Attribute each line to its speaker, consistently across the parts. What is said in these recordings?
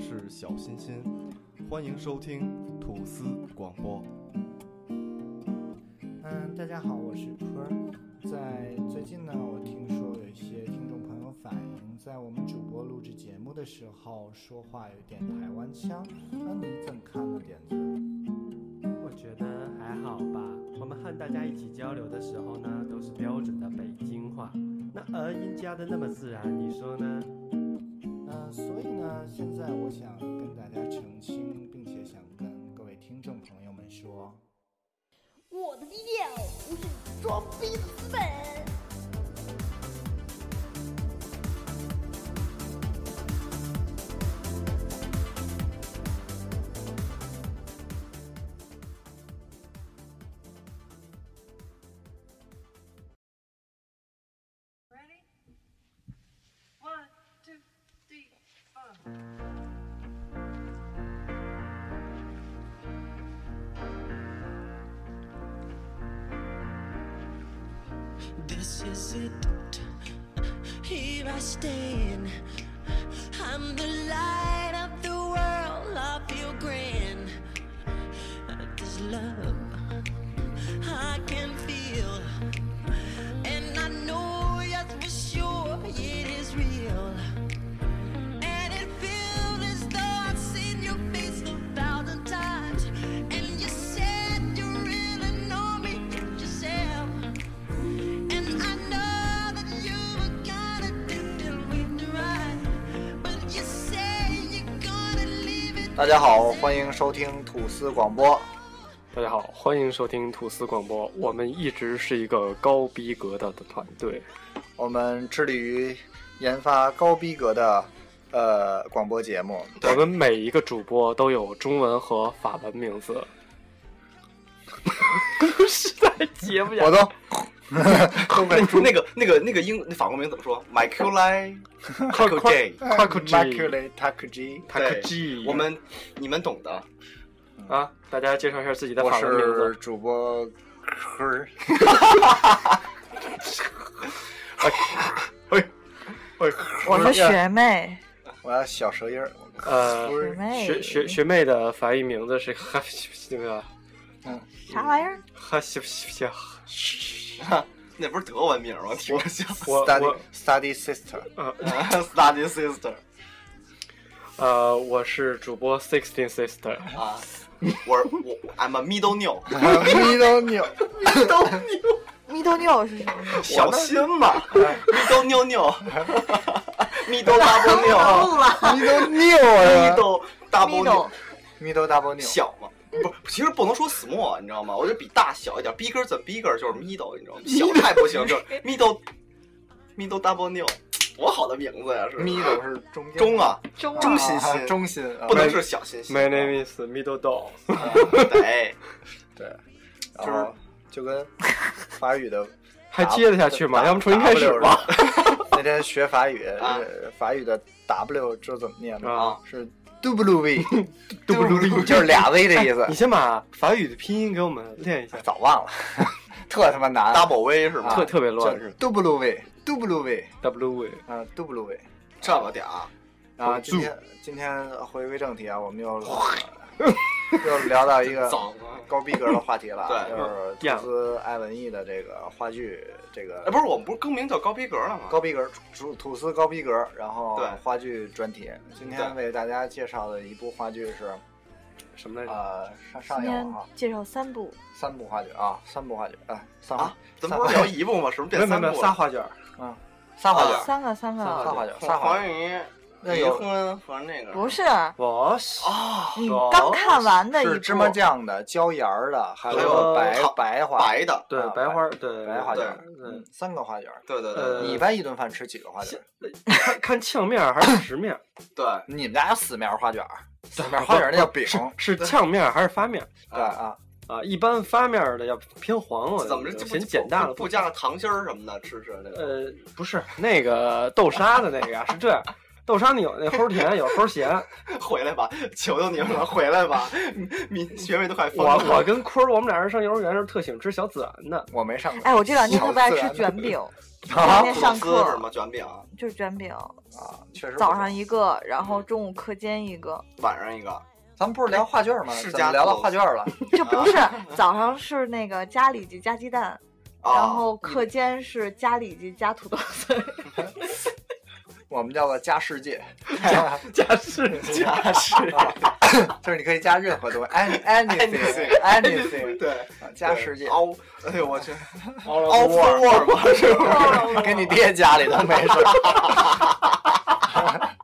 Speaker 1: 是小欣欣，欢迎收听吐司广播。
Speaker 2: 嗯，大家好，我是春儿。在最近呢，我听说有一些听众朋友反映，在我们主播录制节目的时候说话有点台湾腔，那你怎么看呢，点子？
Speaker 3: 我觉得还好吧。我们和大家一起交流的时候呢，都是标准的北京话，那儿音加的那么自然，你说呢？
Speaker 2: 嗯，所以呢，现在我想跟大家澄清，并且想跟各位听众朋友们说，
Speaker 4: 我的低调不是装逼的资本。
Speaker 5: Ready? One, two, three, four.
Speaker 6: This is it. Here I stand. I'm the light of the world. I feel grand. This love I can feel. And I know, yes, for sure, it is real. And it feels as though I've seen your face a thousand times. And you said you really know me yourself. And I know that you were gonna do it with the right, but you say you're gonna leave it.
Speaker 2: 大家好，欢迎收听吐司广播。
Speaker 7: 大家好，欢迎收听吐司广播。我们一直是一个高逼格的团队，
Speaker 2: 我们致力于研发高逼格的呃广播节目。
Speaker 7: 我们每一个主播都有中文和法文名字。实在接不
Speaker 2: 我
Speaker 7: 下
Speaker 2: 都
Speaker 7: 去。
Speaker 2: 都
Speaker 8: 那
Speaker 2: 没出
Speaker 8: 那个那个那个英那法国名怎么说？Michaelai m i c h a e l J。
Speaker 7: 夸克 G
Speaker 2: Maculay Takuji，
Speaker 7: 塔克 G，
Speaker 8: 我们你们懂的。
Speaker 7: 啊，大家介绍一下自己的
Speaker 2: 我
Speaker 7: 法文名
Speaker 2: 是
Speaker 7: 字。
Speaker 2: 主播 科儿。
Speaker 8: 哎
Speaker 9: 我
Speaker 2: 不
Speaker 9: 是
Speaker 2: 是
Speaker 9: 学妹，
Speaker 2: 我要小舌音儿。
Speaker 7: 呃
Speaker 2: 科
Speaker 9: 学
Speaker 2: 儿
Speaker 9: 妹，
Speaker 7: 学学学妹的法语名字是哈那个
Speaker 9: 啥玩意儿？
Speaker 7: 哈西西西。
Speaker 8: 那不是德文名吗？听着像
Speaker 7: 我
Speaker 2: ，study
Speaker 7: 呃我
Speaker 2: study sister，
Speaker 8: Study Sister
Speaker 7: 呃，我是主播 Sixteen Sister。
Speaker 8: 啊。我我 I'm a middle new，
Speaker 2: 你呃都扭。
Speaker 9: 蜜豆妞是啥？
Speaker 8: 小心 吧，middle new new，middle double new，middle
Speaker 2: 你都扭啊！
Speaker 8: double new，
Speaker 2: 你都 double 扭。
Speaker 8: 小嘛。不，其实不能说 small，你知啊道吗？我觉得比大小一点，bigger than bigger 就是 middle，你知道吗？小太不行，就是 middle middle double new，多好的名字呀！是吧
Speaker 2: middle 是中间
Speaker 8: 中啊，
Speaker 9: 中
Speaker 8: 中
Speaker 9: 文
Speaker 8: 心
Speaker 2: 啊
Speaker 8: 心，
Speaker 2: 中心啊
Speaker 8: 不能是小心心。啊
Speaker 7: My name is Middle Dog。
Speaker 8: 对，
Speaker 2: 然后哦就跟法语的
Speaker 7: 还接得下去吗？要不重新开始吧。。
Speaker 2: 那天学法语，
Speaker 8: 啊
Speaker 2: 呃法语的 W 知道怎么念吗
Speaker 7: 啊？
Speaker 2: 是 W V W，就是 俩 V 的意
Speaker 7: 你
Speaker 2: 思。
Speaker 7: 先把法语的拼音给我们练一下。
Speaker 2: 早忘了，特他妈难。啊
Speaker 8: double V 是吗？
Speaker 7: 哎特特别
Speaker 2: 就
Speaker 7: 乱
Speaker 2: 是 W V W V，
Speaker 7: ，W
Speaker 2: 啊 W V。
Speaker 8: 这么点儿，
Speaker 2: 啊，今天今天回归正题啊，我们又又聊 到一个
Speaker 8: 脏啊！
Speaker 2: 高逼格的话题了，
Speaker 8: 对
Speaker 2: 就是投资爱文艺的这个话剧，这个
Speaker 8: 哎，不是，我们不是更名叫高逼格了吗？
Speaker 2: 高逼格吐吐司高逼格，然后
Speaker 8: 对
Speaker 2: 话剧专题。今天
Speaker 8: 对
Speaker 2: 为大家介绍的一部话剧是
Speaker 7: 什么来着？
Speaker 2: 呃上
Speaker 9: 今
Speaker 2: 上演了
Speaker 9: 天
Speaker 2: 啊，
Speaker 9: 介绍三部，
Speaker 2: 三部话剧啊，三部话剧啊，三
Speaker 8: 啊
Speaker 2: 话，
Speaker 8: 咱们不是聊一部吗？什么
Speaker 7: 没
Speaker 8: 变
Speaker 7: 有
Speaker 8: 三
Speaker 7: 没
Speaker 8: 部
Speaker 7: 有，
Speaker 8: 了？
Speaker 7: 仨画卷儿。
Speaker 2: 嗯，三话剧，
Speaker 9: 三个三
Speaker 7: 三
Speaker 9: 个，
Speaker 2: 三话剧，
Speaker 8: 黄
Speaker 2: 三话剧。
Speaker 8: 奕
Speaker 2: 那
Speaker 8: 离
Speaker 2: 有
Speaker 8: 婚和那个
Speaker 9: 不是
Speaker 7: 我是
Speaker 8: 啊，
Speaker 9: 你刚看完的一
Speaker 2: 是芝麻
Speaker 9: 部，
Speaker 2: 酱的、椒盐儿的，还
Speaker 8: 还
Speaker 2: 有
Speaker 7: 有
Speaker 2: 白
Speaker 8: 烤
Speaker 2: 白花
Speaker 8: 白的，
Speaker 7: 对
Speaker 2: 啊
Speaker 7: 白花儿，对
Speaker 2: 白花卷儿，
Speaker 7: 对
Speaker 2: 嗯，三个花卷儿。
Speaker 8: 对对
Speaker 7: 呃
Speaker 8: 对
Speaker 2: 你一般一顿饭吃几个花卷儿？
Speaker 7: 看看呛面儿还是实面儿？
Speaker 8: 对，
Speaker 2: 你们家有死面儿花卷儿，死面儿花卷儿那叫饼，
Speaker 7: 是呛面儿还是发面儿？
Speaker 2: 对啊，
Speaker 7: 啊，一般发面儿的要偏黄了，
Speaker 8: 怎么着这不
Speaker 7: 嫌简单了，
Speaker 8: 不加个糖心儿什么的，吃吃那个。
Speaker 7: 呃，不是那个豆沙的那个呀，是这样，豆沙你有那齁甜，有齁 咸。
Speaker 8: 回来吧，求求你们了，回来吧！你学妹都快疯
Speaker 7: 我
Speaker 8: 了。
Speaker 7: 我跟坤儿，我们俩人上幼儿园时候特喜欢吃小孜然的。
Speaker 10: 我没上过。
Speaker 9: 哎，我这两天特别爱吃卷饼，这两天上
Speaker 8: 吐啊司是
Speaker 9: 课
Speaker 8: 吗？卷饼，
Speaker 9: 就是卷饼，
Speaker 10: 啊确实不错
Speaker 9: 早上一个，然后中午课间一个，
Speaker 8: 晚上一个。
Speaker 10: 咱们不是聊画卷吗？
Speaker 8: 世
Speaker 10: 怎么
Speaker 8: 家
Speaker 10: 聊到
Speaker 8: 吐
Speaker 10: 画卷了？
Speaker 9: 这不是早上是那个加里脊加鸡蛋，
Speaker 8: 哦啊
Speaker 9: 然后课间是加里脊加土豆丝儿，
Speaker 10: 我们叫做加世界，
Speaker 7: 加世界，
Speaker 8: 加世
Speaker 10: 就是你可以加任何东西，any- anything，anything，
Speaker 8: 对，
Speaker 10: 加世界。
Speaker 8: 凹，哎呦我去，
Speaker 7: all
Speaker 8: 凹
Speaker 7: over
Speaker 8: 沃尔嘛，是不是？
Speaker 10: 跟你爹家里都没事儿。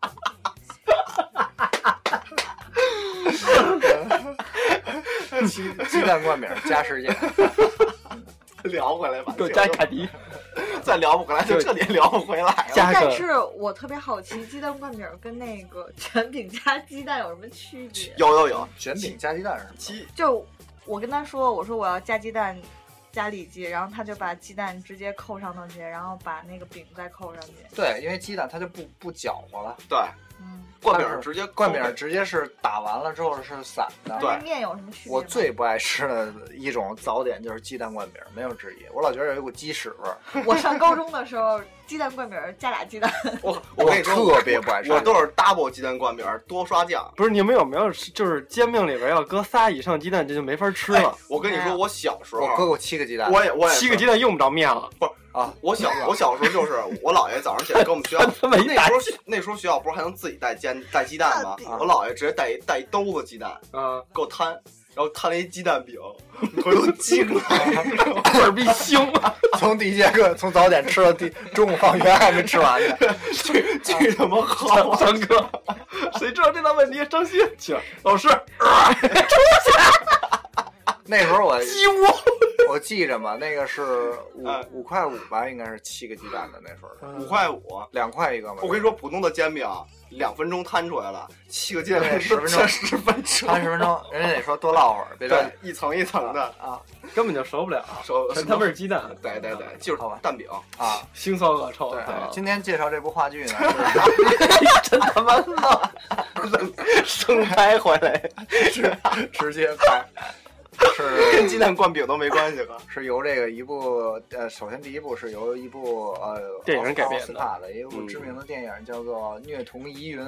Speaker 10: 鸡鸡蛋灌饼加世界，
Speaker 8: 聊回来吧，
Speaker 7: 给我加卡迪，
Speaker 8: 再聊不回来，就彻底聊不回来了。
Speaker 7: 加
Speaker 9: 但
Speaker 7: 个
Speaker 9: 是我特别好奇，鸡蛋灌饼儿跟那个 卷饼加鸡蛋有什么区别？
Speaker 8: 有有有，
Speaker 10: 卷饼加鸡蛋是吗？
Speaker 8: 鸡
Speaker 9: 就我跟他说，我说我要加鸡蛋，加里脊，然后他就把鸡蛋直接扣上头去，然后把那个饼再扣上去。
Speaker 10: 对，因为鸡蛋它就不不搅和了，
Speaker 8: 对，
Speaker 9: 嗯，
Speaker 8: 灌饼儿直接
Speaker 10: 灌饼儿直接是打完了之后是散的。
Speaker 8: 对
Speaker 9: 跟 面有什么区别吗？
Speaker 10: 我最不爱吃的一种早点就是鸡蛋灌饼儿，没有之一。我老觉得有一股鸡屎味儿，
Speaker 9: 我上高中的时候，鸡蛋灌饼儿加俩鸡蛋，
Speaker 8: 我我
Speaker 10: 我
Speaker 8: 跟你说，
Speaker 10: 特别不爱吃。
Speaker 8: 我都是 double 鸡蛋灌饼儿，多刷酱。
Speaker 7: 不是你们有没有就是煎饼里边要搁仨以上鸡蛋，这就没法吃
Speaker 8: 哎
Speaker 7: 了。，
Speaker 8: 我跟你
Speaker 9: 哎
Speaker 8: 说，
Speaker 9: 呀
Speaker 8: 我小时候，
Speaker 10: 我搁过七个鸡蛋，
Speaker 8: 我也我也
Speaker 7: 七个
Speaker 8: 是
Speaker 7: 鸡蛋用不着面了，
Speaker 8: 我小我小时候就是我姥爷早上起来跟我们学校
Speaker 7: 他妈一
Speaker 8: 那
Speaker 7: 大
Speaker 8: 时候那时候学校不是还能自己带煎带鸡蛋吗？我姥爷直接带一带一兜子鸡蛋
Speaker 7: 啊，
Speaker 8: 给我摊，然后摊了一鸡蛋饼，我都惊了。
Speaker 7: 倍儿逼香。
Speaker 10: 从第一节课从早点吃到第中午放学还没吃完呢。
Speaker 8: 巨巨他妈好 啊！
Speaker 7: 张哥，谁知道这道问题？张鑫去了，老师，
Speaker 10: 那时候我鸡窝， 啊我记着嘛，那个是五五块五吧，应该是七个鸡蛋的那时候的，
Speaker 8: 五块五，
Speaker 10: 两块一个嘛。
Speaker 8: 我跟你说，普通的煎饼啊两分钟摊出来了，七个煎饼
Speaker 10: 对10分钟
Speaker 8: 十分钟，
Speaker 10: 三十分钟，人家得说多唠会儿，别着急
Speaker 8: 对，一层一层的，
Speaker 10: 啊
Speaker 7: 根本就熟不了，
Speaker 8: 手
Speaker 7: 全他妈是鸡蛋，
Speaker 8: 对对对，就是
Speaker 10: 好吧
Speaker 8: 蛋饼，
Speaker 10: 啊。
Speaker 7: 腥骚恶臭。
Speaker 10: 对
Speaker 7: 啊，
Speaker 10: 今天介绍这部话剧呢，
Speaker 8: 生拍回来，
Speaker 10: 是直接拍，是
Speaker 8: 跟鸡蛋灌饼都没关系吧？
Speaker 10: 是由这个一部呃，首先第一部是由一部呃
Speaker 7: 电影改编的
Speaker 10: 奥斯卡的一部
Speaker 7: 嗯
Speaker 10: 知名的电影叫做《虐童疑云》，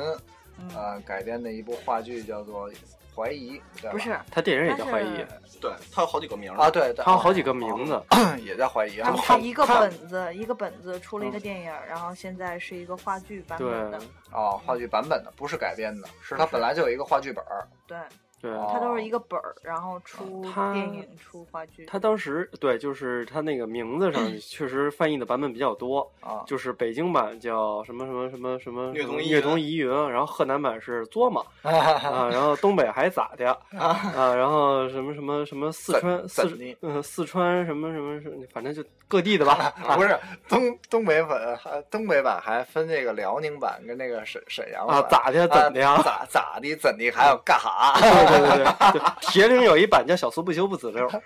Speaker 9: 嗯
Speaker 10: 呃改编的一部话剧叫做《怀疑》，对吧
Speaker 9: 不是，
Speaker 7: 他电影也叫怀疑，
Speaker 8: 对，它有好几个名儿
Speaker 10: 啊，，对对，
Speaker 7: 他有好几个名字。
Speaker 10: 也在怀疑
Speaker 9: 他嗯
Speaker 10: 啊
Speaker 9: 们，是一个本子，一个本子出了一个电影儿，然后现在是一个话剧版本的。
Speaker 7: 对
Speaker 10: 哦，话剧版本的不是改编的，是它本来就有一个话剧本儿，
Speaker 9: 对，哦
Speaker 7: 对，
Speaker 10: 哦
Speaker 9: 它都是一个本儿，然后出
Speaker 7: 它
Speaker 9: 电影、出话剧。
Speaker 7: 他当时对，就是他那个名 字上确实翻译的版本比较多，
Speaker 10: 啊，
Speaker 7: 就是北京版叫什么什么什么什么
Speaker 8: 虐童疑云
Speaker 7: 虐童疑云，然后河南版是作 嘛啊，然后东北还咋的 啊，然后什么什么什么四川
Speaker 10: 怎
Speaker 7: 四
Speaker 10: 怎地。
Speaker 7: 嗯四川什么什么什么，反正就各地的吧
Speaker 10: 不是东东北本，还东北版还分那个辽宁版跟那个沈沈阳版
Speaker 7: 啊咋的怎的呀
Speaker 10: 啊咋咋的怎的，还有干哈？
Speaker 7: 对对对对对，铁岭有一版叫“小苏不修不子溜 儿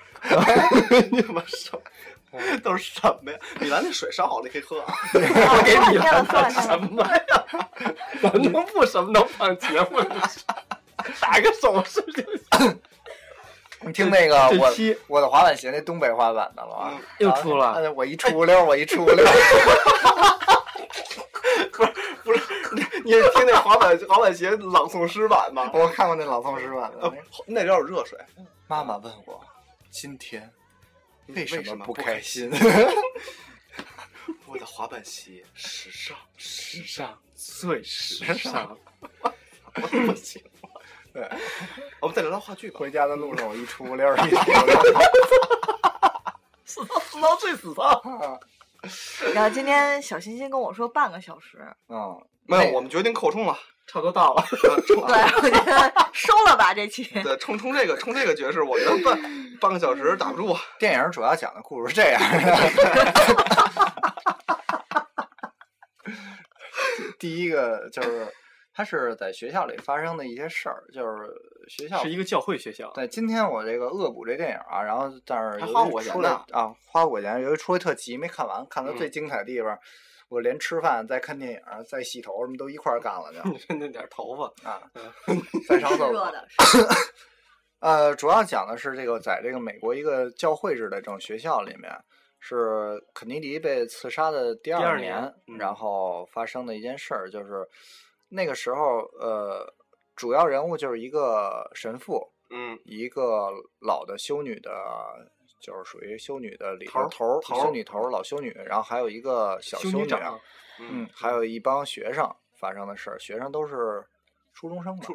Speaker 8: 你们什么都是什么呀？米兰那水烧好了，你可以喝啊。”，
Speaker 7: 我给米
Speaker 9: 看 了
Speaker 7: 兰
Speaker 9: 哦看了看
Speaker 7: 什
Speaker 9: 了
Speaker 7: 么呀？咱能不什么都放节目里 去？打个手势就行。
Speaker 10: 你听那个
Speaker 7: 这
Speaker 10: 我
Speaker 7: 期
Speaker 10: 我的滑板鞋那东北滑板的了啊，
Speaker 7: 又出了
Speaker 10: 啊我一出溜，我一出溜，
Speaker 8: 不是， 你你是听那滑 板滑板鞋朗诵诗版吗？
Speaker 10: 我看过那老宋师版的
Speaker 8: 呃。，
Speaker 7: 哦
Speaker 8: 那点有热水，
Speaker 10: 妈妈问我今天为什么不开心？
Speaker 8: 我的滑板鞋时尚，时
Speaker 7: 上最时尚，
Speaker 8: 尚 不行。
Speaker 10: 对，
Speaker 8: 我们再聊聊话剧吧。
Speaker 10: 回家的路上我一出溜，一出溜。
Speaker 7: 死到最死到。
Speaker 9: 然后今天小欣欣跟我说半个小时，
Speaker 10: 嗯，
Speaker 8: 没
Speaker 10: 那
Speaker 8: 有，我们决定扩充了，
Speaker 7: 差不多到了，
Speaker 8: 冲
Speaker 9: 对，我觉得收了吧这期。
Speaker 8: 对冲冲这个冲这个爵士，我觉得半半个小时打不住啊。
Speaker 10: 电影主要讲的故事是这样的。第一个就是，它是在学校里发生的一些事儿，就是学校
Speaker 7: 是一个教会学校，
Speaker 10: 对，今天我这个恶补这电影啊，然后但是
Speaker 8: 还
Speaker 10: 由
Speaker 8: 花
Speaker 10: 于
Speaker 8: 我钱
Speaker 10: 出了
Speaker 8: 呢
Speaker 10: 啊，花我钱，由于出了特急没看完，看到最精彩的地方，我连吃饭、再看电影、再洗头什么都一块儿干了 就。
Speaker 7: 就那点头发
Speaker 10: 啊，再上厕所。
Speaker 9: 的，
Speaker 10: 呃，主要讲的是这个，在这个美国一个教会制的这种学校里面，是肯尼迪被刺杀的第
Speaker 7: 第二
Speaker 10: 二
Speaker 7: 年嗯
Speaker 10: 然后发生的一件事儿，就是那个时候，呃，主要人物就是一个神父，
Speaker 7: 嗯，
Speaker 10: 一个老的修女的，就是属于修女的里
Speaker 7: 头儿
Speaker 10: 头
Speaker 7: 头儿
Speaker 10: 修女头儿老修女，然后还有一个小
Speaker 7: 修
Speaker 10: 修
Speaker 7: 女
Speaker 10: 女
Speaker 7: 长，
Speaker 10: 嗯，还有一帮学生发生的事儿，学生都是初中生吧，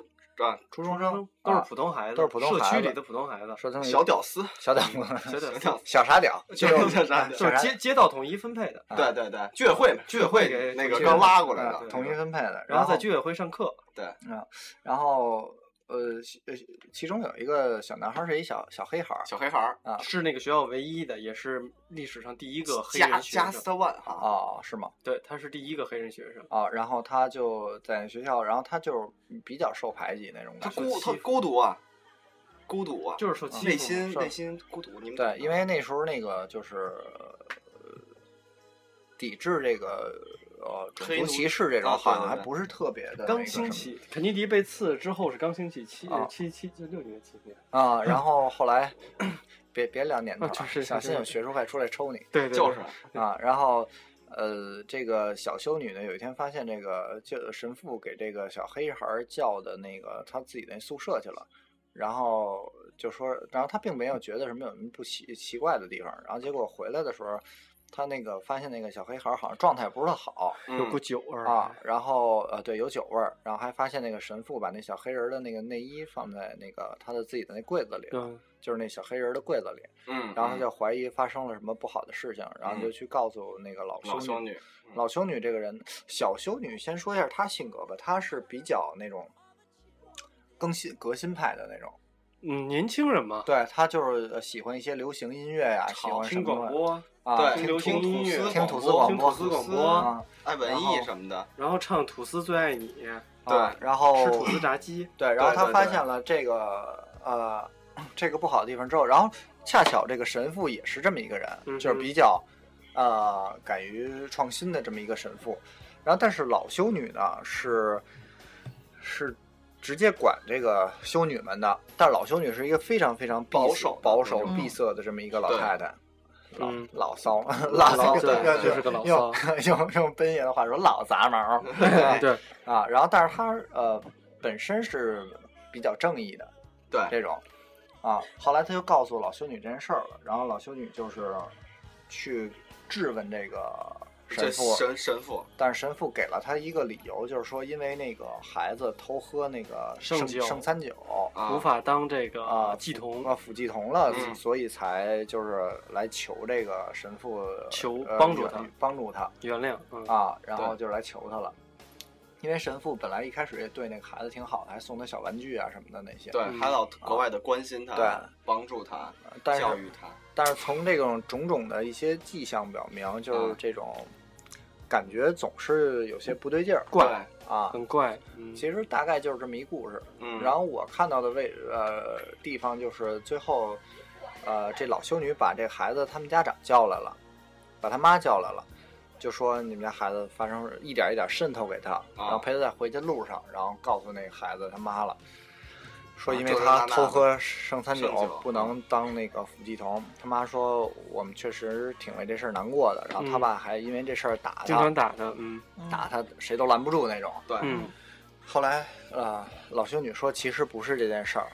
Speaker 7: 啊，
Speaker 10: 初中生
Speaker 7: 都是
Speaker 10: 啊
Speaker 7: 普通孩子，
Speaker 10: 都是普通
Speaker 7: 社
Speaker 10: 孩
Speaker 7: 区
Speaker 10: 子
Speaker 7: 里的普通 孩子，
Speaker 10: 说他们
Speaker 8: 小屌丝，
Speaker 10: 小屌丝，
Speaker 7: 小屌丝，
Speaker 10: 小傻屌，
Speaker 7: 就
Speaker 10: 就是
Speaker 7: 是
Speaker 10: 小傻
Speaker 7: 就
Speaker 10: 屌
Speaker 7: 是街街道统一分配的，
Speaker 8: 对对对，居委会嘛，居委会
Speaker 7: 给
Speaker 8: 那个
Speaker 7: 统一
Speaker 8: 刚拉过
Speaker 10: 啊
Speaker 8: 来的，
Speaker 10: 统一分配的，
Speaker 7: 然后
Speaker 10: 后
Speaker 7: 在居委会上课，
Speaker 8: 对，
Speaker 10: 啊，然后呃，其呃其中有一个小男孩儿是一小小黑孩儿，
Speaker 8: 小黑孩儿，
Speaker 10: 啊
Speaker 7: 是那个学校唯一的，也是历史上第一个黑
Speaker 8: 加
Speaker 7: 人学
Speaker 8: 加啊 s
Speaker 7: 生，
Speaker 8: one 哈，
Speaker 10: 哦，是吗？
Speaker 7: 对，他是第一个黑人学生，
Speaker 10: 啊，然后他就在学校，然后他就比较受排挤那种
Speaker 8: 他
Speaker 10: 感觉，
Speaker 8: 孤他孤独啊，孤独啊，
Speaker 7: 就是受欺负嘛，
Speaker 8: 内心
Speaker 7: 是吧
Speaker 8: 内心孤独，你们
Speaker 10: 对，因为那时候那个就是呃抵制这个呃种
Speaker 8: 黑
Speaker 10: 族
Speaker 8: 奴
Speaker 10: 歧视这种
Speaker 8: 啊对
Speaker 10: 好像
Speaker 8: 对
Speaker 10: 还
Speaker 8: 对
Speaker 10: 不是特别的那
Speaker 7: 刚
Speaker 10: 个什
Speaker 7: 兴
Speaker 10: 么
Speaker 7: 起，肯尼迪被刺之后是刚兴起七
Speaker 10: 啊
Speaker 7: 七七就六年七年，
Speaker 10: 啊，然后后来 别别聊年头
Speaker 7: 啊就
Speaker 10: 了，
Speaker 7: 是
Speaker 10: 小心
Speaker 7: 是
Speaker 10: 有学术派出来抽你
Speaker 7: 对对，对
Speaker 8: 就是
Speaker 10: 啊。然后呃，这个小修女呢，有一天发现这个就神父给这个小黑孩儿叫的那个他自己那宿舍去了。然后就说，然后他并没有觉得什么有什么不奇奇怪的地方。然后结果回来的时候，他那个发现那个小黑孩儿好像状态不是特好，
Speaker 8: 嗯
Speaker 7: 有股酒味儿
Speaker 10: 啊，，然后呃，对，有酒味儿，然后还发现那个神父把那小黑人儿的那个内衣放在那个他的自己的那柜子里了，
Speaker 7: 对，
Speaker 10: 就是那小黑人儿的柜子里，
Speaker 8: 嗯，
Speaker 10: 然后他就怀疑发生了什么不好的事情，然
Speaker 7: 嗯
Speaker 10: 后就去告诉那个老
Speaker 8: 老
Speaker 10: 修
Speaker 8: 修女，
Speaker 10: 老修女这个人，小修女先说一下她性格吧，她是比较那种更新革新派的那种，
Speaker 7: 嗯，年轻人嘛，
Speaker 10: 对她就是呃喜欢一些流行音乐呀、喜欢什
Speaker 7: 听
Speaker 10: 么
Speaker 7: 广播，
Speaker 10: 啊，
Speaker 8: 对
Speaker 10: 听
Speaker 7: 流行
Speaker 8: 听
Speaker 7: 音
Speaker 8: 吐
Speaker 7: 乐
Speaker 8: 司，广
Speaker 10: 听吐
Speaker 8: 播
Speaker 10: 司
Speaker 7: 听
Speaker 10: 播，
Speaker 7: 吐司广播，
Speaker 10: 啊，
Speaker 8: 爱文
Speaker 10: 然
Speaker 8: 艺
Speaker 10: 后
Speaker 8: 什么的，
Speaker 7: 然后唱《吐司最爱你》，
Speaker 10: 啊
Speaker 8: 对
Speaker 10: 然后
Speaker 7: 吃吐司炸鸡，
Speaker 10: 对，然后
Speaker 8: 对
Speaker 10: 他
Speaker 8: 对
Speaker 10: 发
Speaker 8: 对
Speaker 10: 现了这个呃这个不好的地方之后，然后恰巧这个神父也是这么一个人，
Speaker 7: 嗯
Speaker 10: 就是
Speaker 7: 哼
Speaker 10: 比较呃敢于创新的这么一个神父。然后但是老修女呢是是直接管这个修女们的，但是老修女是一个非常非常闭
Speaker 8: 保
Speaker 10: 塞
Speaker 8: 守的
Speaker 10: 保
Speaker 8: 那
Speaker 10: 守
Speaker 8: 种
Speaker 10: 闭塞的这么一个老
Speaker 8: 对
Speaker 10: 太太。老
Speaker 7: 嗯
Speaker 10: 老骚，
Speaker 7: 老
Speaker 10: 骚，
Speaker 7: 对
Speaker 10: 对
Speaker 7: 就是个老
Speaker 10: 用用用奔爷的话说，老杂毛
Speaker 8: 嗯
Speaker 10: 儿。
Speaker 8: 哎
Speaker 10: 对
Speaker 7: 对，
Speaker 10: 啊，然后但是他呃本身是比较正义的
Speaker 8: 对，
Speaker 10: 这种啊，后来他就告诉老修女这件事儿了，然后老修女就是去质问这个
Speaker 8: 这
Speaker 10: 神父，
Speaker 8: 神神父，
Speaker 10: 但是神父给了他一个理由，就是说因为那个孩子偷喝那个
Speaker 7: 圣
Speaker 10: 圣
Speaker 7: 酒
Speaker 10: 圣餐酒。
Speaker 8: 啊
Speaker 7: 无法当这个
Speaker 10: 啊，
Speaker 7: 祭童，
Speaker 10: 啊，辅祭童了，
Speaker 8: 嗯
Speaker 10: 所以才就是来求这个神父
Speaker 7: 求
Speaker 10: 呃
Speaker 7: 帮助
Speaker 10: 原
Speaker 7: 他
Speaker 10: 帮助他。
Speaker 7: 原谅，嗯，
Speaker 10: 啊，然
Speaker 8: 对
Speaker 10: 后就来求他了。因为神父本来一开始也对那个孩子挺好的，还送他小玩具啊什么的那些。
Speaker 8: 对，
Speaker 7: 嗯
Speaker 8: 还老国外的关心他，
Speaker 10: 对，
Speaker 8: 帮助他，
Speaker 10: 但
Speaker 8: 教
Speaker 10: 是
Speaker 8: 育他，
Speaker 10: 但是从这种种种的一些迹象表明，就是
Speaker 8: 嗯
Speaker 10: 这种感觉总是有些不对劲儿
Speaker 7: 怪，
Speaker 10: 啊。
Speaker 7: 很怪，嗯，
Speaker 10: 其实大概就是这么一故事。
Speaker 8: 对嗯，
Speaker 10: 然后我看到的位呃地方就是最后，呃，这老修女把这孩子他们家长叫来了，把他妈叫来了，就说你们家孩子发生一点一点渗透给他，然后陪他在回家路上，然后告诉那个孩子他妈了。说，因为他偷喝剩餐酒
Speaker 8: 剩酒
Speaker 10: 不能当那个伏地童。他妈说，我们确实挺为这事儿难过的。然后他
Speaker 7: 嗯
Speaker 10: 爸还因为这事儿打
Speaker 7: 经常
Speaker 10: 他，
Speaker 7: 打他，嗯
Speaker 10: 打他谁都拦不住那种。
Speaker 8: 对，
Speaker 7: 嗯，
Speaker 10: 后来，呃，老修女说，其实不是这件事儿，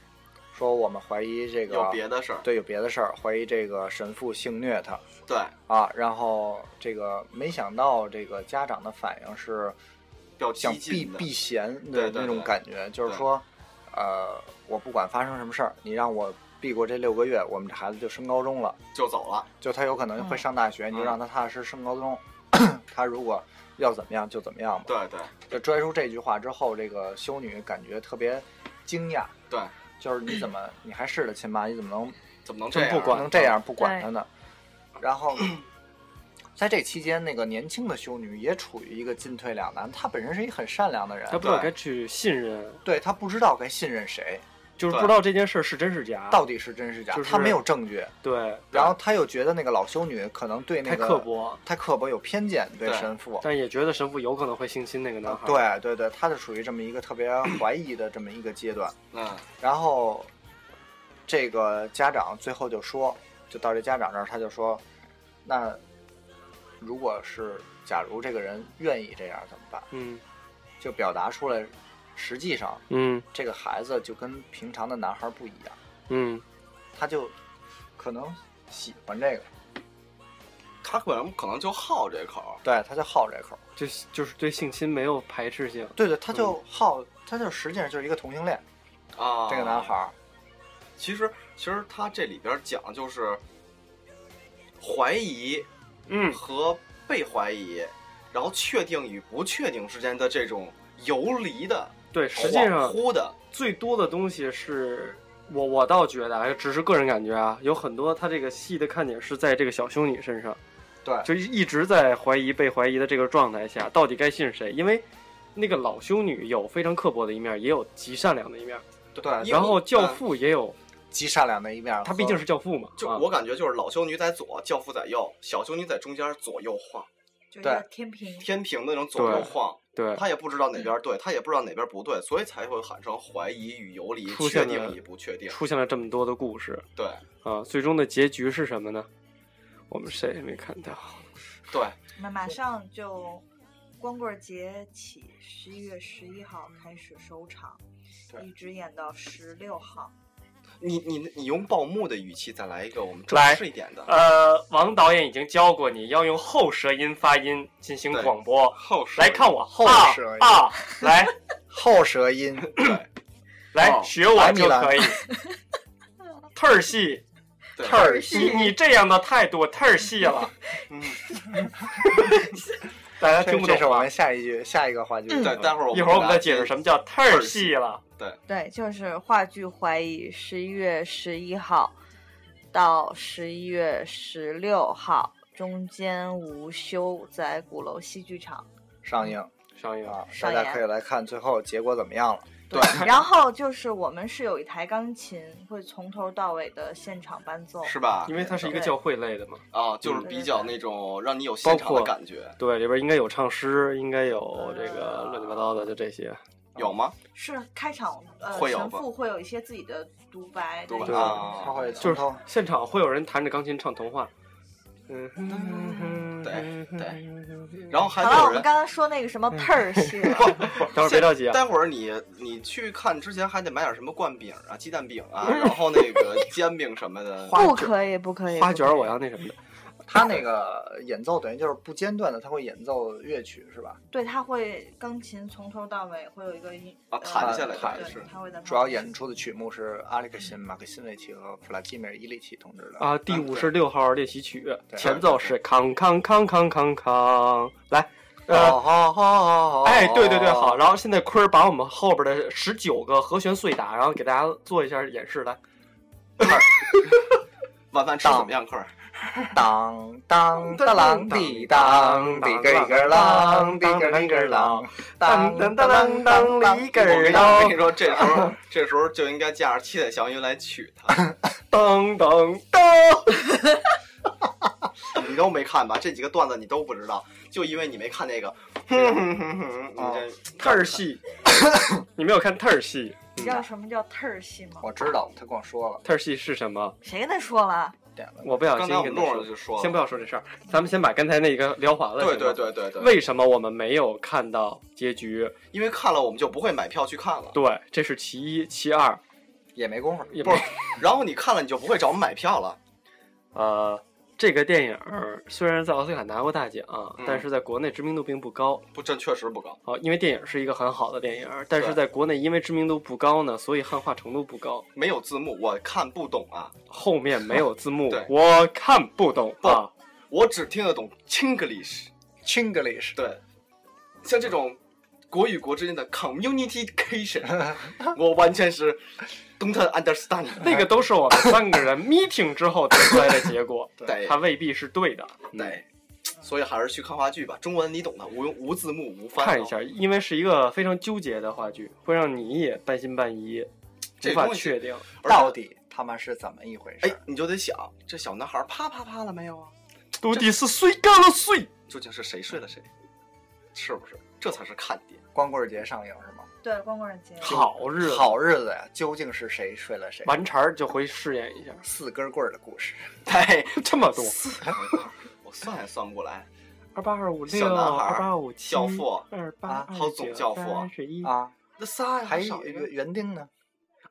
Speaker 10: 说我们怀疑这个
Speaker 8: 有别的事儿，
Speaker 10: 对有别的事儿，怀疑这个神父性虐她
Speaker 8: 对，
Speaker 10: 啊。然后这个没想到这个家长的反应是
Speaker 8: 比较
Speaker 10: 想
Speaker 8: 激
Speaker 10: 避
Speaker 8: 进的，
Speaker 10: 避嫌
Speaker 8: 对
Speaker 10: 的
Speaker 8: 对
Speaker 10: 那种
Speaker 8: 对
Speaker 10: 感觉，就是
Speaker 8: 对
Speaker 10: 说，呃，我不管发生什么事儿，你让我避过这六个月，我们这孩子就升高中了。
Speaker 8: 就走了，
Speaker 10: 就他有可能会上大学，
Speaker 8: 嗯
Speaker 10: 你就让他踏踏实实升高中。 他如果要怎么样就怎么样吧。
Speaker 8: 对对
Speaker 10: 就拽出这句话之后，这个修女感觉特别惊讶，
Speaker 8: 对，
Speaker 10: 就是你怎么你还是的亲妈，你怎么能
Speaker 8: 怎么能这
Speaker 10: 真
Speaker 8: 样？啊嗯
Speaker 10: 不管
Speaker 7: 啊
Speaker 10: 能这样
Speaker 7: 嗯
Speaker 10: 不管
Speaker 9: 对
Speaker 10: 她呢？然后在这期间，那个年轻的修女也处于一个进退两难。她本身是一个很善良的人
Speaker 7: 他，不知道该去信任，
Speaker 10: 对她不知道该信任谁，
Speaker 7: 就是不知道这件事儿是真是假，
Speaker 10: 到底是真是假，
Speaker 7: 就是
Speaker 10: 他没有证据。
Speaker 7: 对，
Speaker 10: 然后他又觉得那个老修女可能对那个
Speaker 7: 太刻薄，
Speaker 10: 太刻薄有偏见对神父，
Speaker 7: 但也觉得神父有可能会性侵那个男孩。
Speaker 10: 对对对，他是属于这么一个特别怀疑的这么一个阶段。
Speaker 8: 嗯，
Speaker 10: 然后这个家长最后就说，就到这家长这儿，他就说，那如果是假如这个人愿意这样怎么办？
Speaker 7: 嗯，
Speaker 10: 就表达出来，实际上，
Speaker 7: 嗯，
Speaker 10: 这个孩子就跟平常的男孩不一样，
Speaker 7: 嗯，
Speaker 10: 他就可能喜欢这个，
Speaker 8: 他可能可能就好这口，
Speaker 10: 对，他就好这口，
Speaker 7: 就就是对性侵没有排斥性。
Speaker 10: 对对，他就
Speaker 7: 嗯
Speaker 10: 好，他就实际上就是一个同性恋，
Speaker 7: 哦
Speaker 8: 啊，
Speaker 10: 这个男孩儿，
Speaker 8: 其实其实他这里边讲就是怀疑，
Speaker 7: 嗯，
Speaker 8: 和被怀疑，然后确定与不确定之间的这种游离的，
Speaker 7: 对，实际上
Speaker 8: 恍惚的
Speaker 7: 最多的东西是我我倒觉得啊，只是个人感觉啊，有很多他这个戏的看点是在这个小修女身上，
Speaker 10: 对，
Speaker 7: 就一一直在怀疑被怀疑的这个状态下，到底该信谁？因为那个老修女有非常刻薄的一面，也有极善良的一面，
Speaker 8: 对
Speaker 10: 呃
Speaker 8: 因为嗯
Speaker 7: 然后教父也有
Speaker 10: 极善良的一面，
Speaker 7: 他毕竟是教父嘛，啊
Speaker 8: 就
Speaker 10: 啊
Speaker 8: 我感觉就是老修女在左，教父在右，小修女在中间左右晃，
Speaker 9: 就是要天平。
Speaker 8: 天平的那种左右晃。
Speaker 7: 对，
Speaker 8: 他也不知道哪边对，他也不知道哪边不对，所以才会产生怀疑与游离，
Speaker 7: 出
Speaker 8: 确
Speaker 7: 现
Speaker 8: 定
Speaker 7: 了
Speaker 8: 与不确定。
Speaker 7: 出现了这么多的故事
Speaker 8: 对
Speaker 7: 啊，最终的结局是什么呢？我们谁也没看到。
Speaker 8: 对，
Speaker 9: 那马上就光棍节起，十一月十一号开始收场，一直演到十六号。
Speaker 8: 你你你用报幕的语气再来一个我们正
Speaker 7: 来
Speaker 8: 式一点的
Speaker 7: 呃，王导演已经教过你要用后舌音发音进行广播。
Speaker 8: 后舌
Speaker 7: 来看我
Speaker 10: 后
Speaker 7: 啊
Speaker 10: 舌音
Speaker 7: 啊，来
Speaker 10: 后舌音，
Speaker 7: 来
Speaker 8: 哦
Speaker 7: 学我
Speaker 10: 来米
Speaker 7: 就
Speaker 10: 兰
Speaker 7: 可以。特儿戏，
Speaker 8: 对
Speaker 7: 特儿戏，你这样的态度特儿戏了。
Speaker 8: 嗯，
Speaker 7: 大家
Speaker 10: 这
Speaker 7: 听不懂
Speaker 10: 这
Speaker 7: 啊
Speaker 10: 是我
Speaker 7: 吧
Speaker 10: 们？下一句下一个话剧，
Speaker 8: 嗯对，待会儿我
Speaker 7: 一会儿我们
Speaker 8: 们
Speaker 7: 再解释什么 叫特儿戏了。
Speaker 8: 对，
Speaker 9: 对，就是话剧怀疑，十一月十一号到十一月十六号，中间无休，在鼓楼西剧场。
Speaker 10: 上映
Speaker 7: 上映
Speaker 10: 啊，大
Speaker 9: 上
Speaker 10: 家
Speaker 9: 演
Speaker 10: 可以来看最后结果怎么样了。
Speaker 8: 对，
Speaker 9: 然后就是我们是有一台钢琴，会从头到尾的现场伴奏。
Speaker 8: 是吧
Speaker 7: 因？为它是一个教会类的嘛。
Speaker 8: 啊，就是
Speaker 9: 嗯
Speaker 8: 比较那种让你有现场
Speaker 7: 包
Speaker 8: 的
Speaker 7: 括
Speaker 8: 感觉，
Speaker 7: 对，里边应该有唱诗，应该有这个乱七八糟的，就这些。
Speaker 8: 有吗？
Speaker 9: 是开场，呃，
Speaker 8: 会有
Speaker 9: 神
Speaker 8: 吧
Speaker 9: 父会有一些自己的独白，
Speaker 8: 对吧？
Speaker 9: 对
Speaker 8: 啊，
Speaker 10: 他会
Speaker 7: 就
Speaker 10: 从
Speaker 7: 是
Speaker 10: 头
Speaker 7: 现场会有人弹着钢琴唱童话。嗯，
Speaker 8: 对对，然后还
Speaker 9: 好了，
Speaker 8: 有
Speaker 9: 我们
Speaker 8: 人。
Speaker 9: 刚刚说那个什么 p e r 系了，
Speaker 7: 待会儿别着急啊。
Speaker 8: 待会儿你你去看之前还得买点什么灌饼啊、鸡蛋饼啊，然后那个煎饼什么的。
Speaker 9: 不可以，不可以。
Speaker 7: 花
Speaker 9: 不可
Speaker 7: 卷
Speaker 9: 以
Speaker 7: 儿我要那什么的，
Speaker 10: 他那个演奏等于就是不间断的，他会演奏乐曲是吧？
Speaker 9: 对，他会钢琴从头到尾会有一个音
Speaker 8: 啊
Speaker 9: 呃
Speaker 8: 弹下来
Speaker 10: 弹
Speaker 9: 对
Speaker 8: 是
Speaker 9: 他会在旁边
Speaker 10: 主要演出的曲目是阿列克辛、马克辛维奇和普拉基米尔伊里奇同志的哦
Speaker 7: 啊，第五十六号练习曲，
Speaker 10: 对
Speaker 7: 前奏是康康康康康康，来，呃，
Speaker 10: 哦，好好好
Speaker 8: 哦
Speaker 10: 好，
Speaker 7: 哎，对对对，好，然后现在坤儿把我们后边的十九个和弦碎打，然后给大家做一下演示，来，
Speaker 8: 晚饭吃怎么样，克儿？
Speaker 10: 当当当啷滴当，滴个一个啷，滴个一个啷，当当当当当里个
Speaker 8: 我跟
Speaker 10: 儿
Speaker 8: 你我跟你
Speaker 10: 啷。
Speaker 8: 说，这时 候这时候就应该架着七彩祥云来娶她。
Speaker 7: 当当当，
Speaker 8: 你都没看吧？这几个段子你都不知道，就因为你没看那个。
Speaker 7: 啊
Speaker 8: 你这
Speaker 7: 特儿戏，你没有看特儿戏，
Speaker 9: 你知道什么叫 t e r 系吗？
Speaker 10: 我知道，他跟我说了，
Speaker 7: 特儿戏是什么？
Speaker 9: 谁跟他说了？
Speaker 10: 点了。
Speaker 7: 我不小
Speaker 8: 刚
Speaker 7: 心
Speaker 8: 才我们
Speaker 7: 跟
Speaker 8: 路
Speaker 7: 他
Speaker 8: 上
Speaker 7: 说，
Speaker 8: 就说了，
Speaker 7: 先不要说这事儿，咱们先把刚才那个聊完了，
Speaker 8: 对
Speaker 7: 行吗
Speaker 8: 对对对对，
Speaker 7: 为什么我们没有看到结局？
Speaker 8: 因为看了我们就不会买票去看了。
Speaker 7: 对，这是其一，其二
Speaker 10: 也没工夫。
Speaker 7: 也
Speaker 8: 不是，然后你看了你就不会找我们买票了。
Speaker 7: 呃，这个电影儿虽然在奥斯卡拿过大奖，
Speaker 8: 嗯
Speaker 7: 但是在国内知名度并不高。
Speaker 8: 不，这确实不高。
Speaker 7: 啊，因为电影是一个很好的电影儿，但是
Speaker 8: 对
Speaker 7: 在国内因为知名度不高呢，所以汉化程度不高，
Speaker 8: 没有字幕，我看不懂啊，
Speaker 7: 后面没有字 幕
Speaker 8: 对，
Speaker 7: 我看不懂
Speaker 8: 不
Speaker 7: 啊。
Speaker 8: 我只听得懂 Chinglish。
Speaker 10: Chinglish，
Speaker 8: 对，像这种国与国之间的 communication，我完全是 don't understand。
Speaker 7: 那个都是我们三个人 meeting 之后得出来的结果，
Speaker 8: 对
Speaker 7: 它未必是对的。
Speaker 8: 对，所以还是去看话剧吧，中文你懂的，无无字幕无翻、啊
Speaker 7: 看一，下，因为是一个非常纠结的话剧，会让你也半信半疑。
Speaker 8: 这
Speaker 7: 无法
Speaker 8: 东西
Speaker 7: 确定
Speaker 8: 而且
Speaker 10: 到底他们是怎么一回事？
Speaker 8: 哎，你就得想，这小男孩啪啪啪了没有啊？
Speaker 7: 到底是谁干了谁？
Speaker 8: 究竟是谁睡了谁？是不是？这才是看 点。
Speaker 10: 光棍节上映是吗？
Speaker 9: 对，光棍节
Speaker 7: 好日子，
Speaker 10: 好日子呀，究竟是谁睡了谁？
Speaker 7: 完茬儿就回试验一下。
Speaker 10: 四根棍儿的故事，
Speaker 8: 哎，
Speaker 7: 这么多，
Speaker 8: 我算也算不过来。
Speaker 7: 二八二五六，
Speaker 8: 小男孩
Speaker 7: 二
Speaker 8: 儿
Speaker 7: 八五七，
Speaker 8: 教父
Speaker 7: 二八
Speaker 10: 啊
Speaker 7: 二
Speaker 8: 还有总教父
Speaker 7: 十一。
Speaker 10: 啊，
Speaker 8: 那仨呀，
Speaker 10: 还
Speaker 8: 少一
Speaker 10: 原
Speaker 8: 个。
Speaker 10: 原定呢？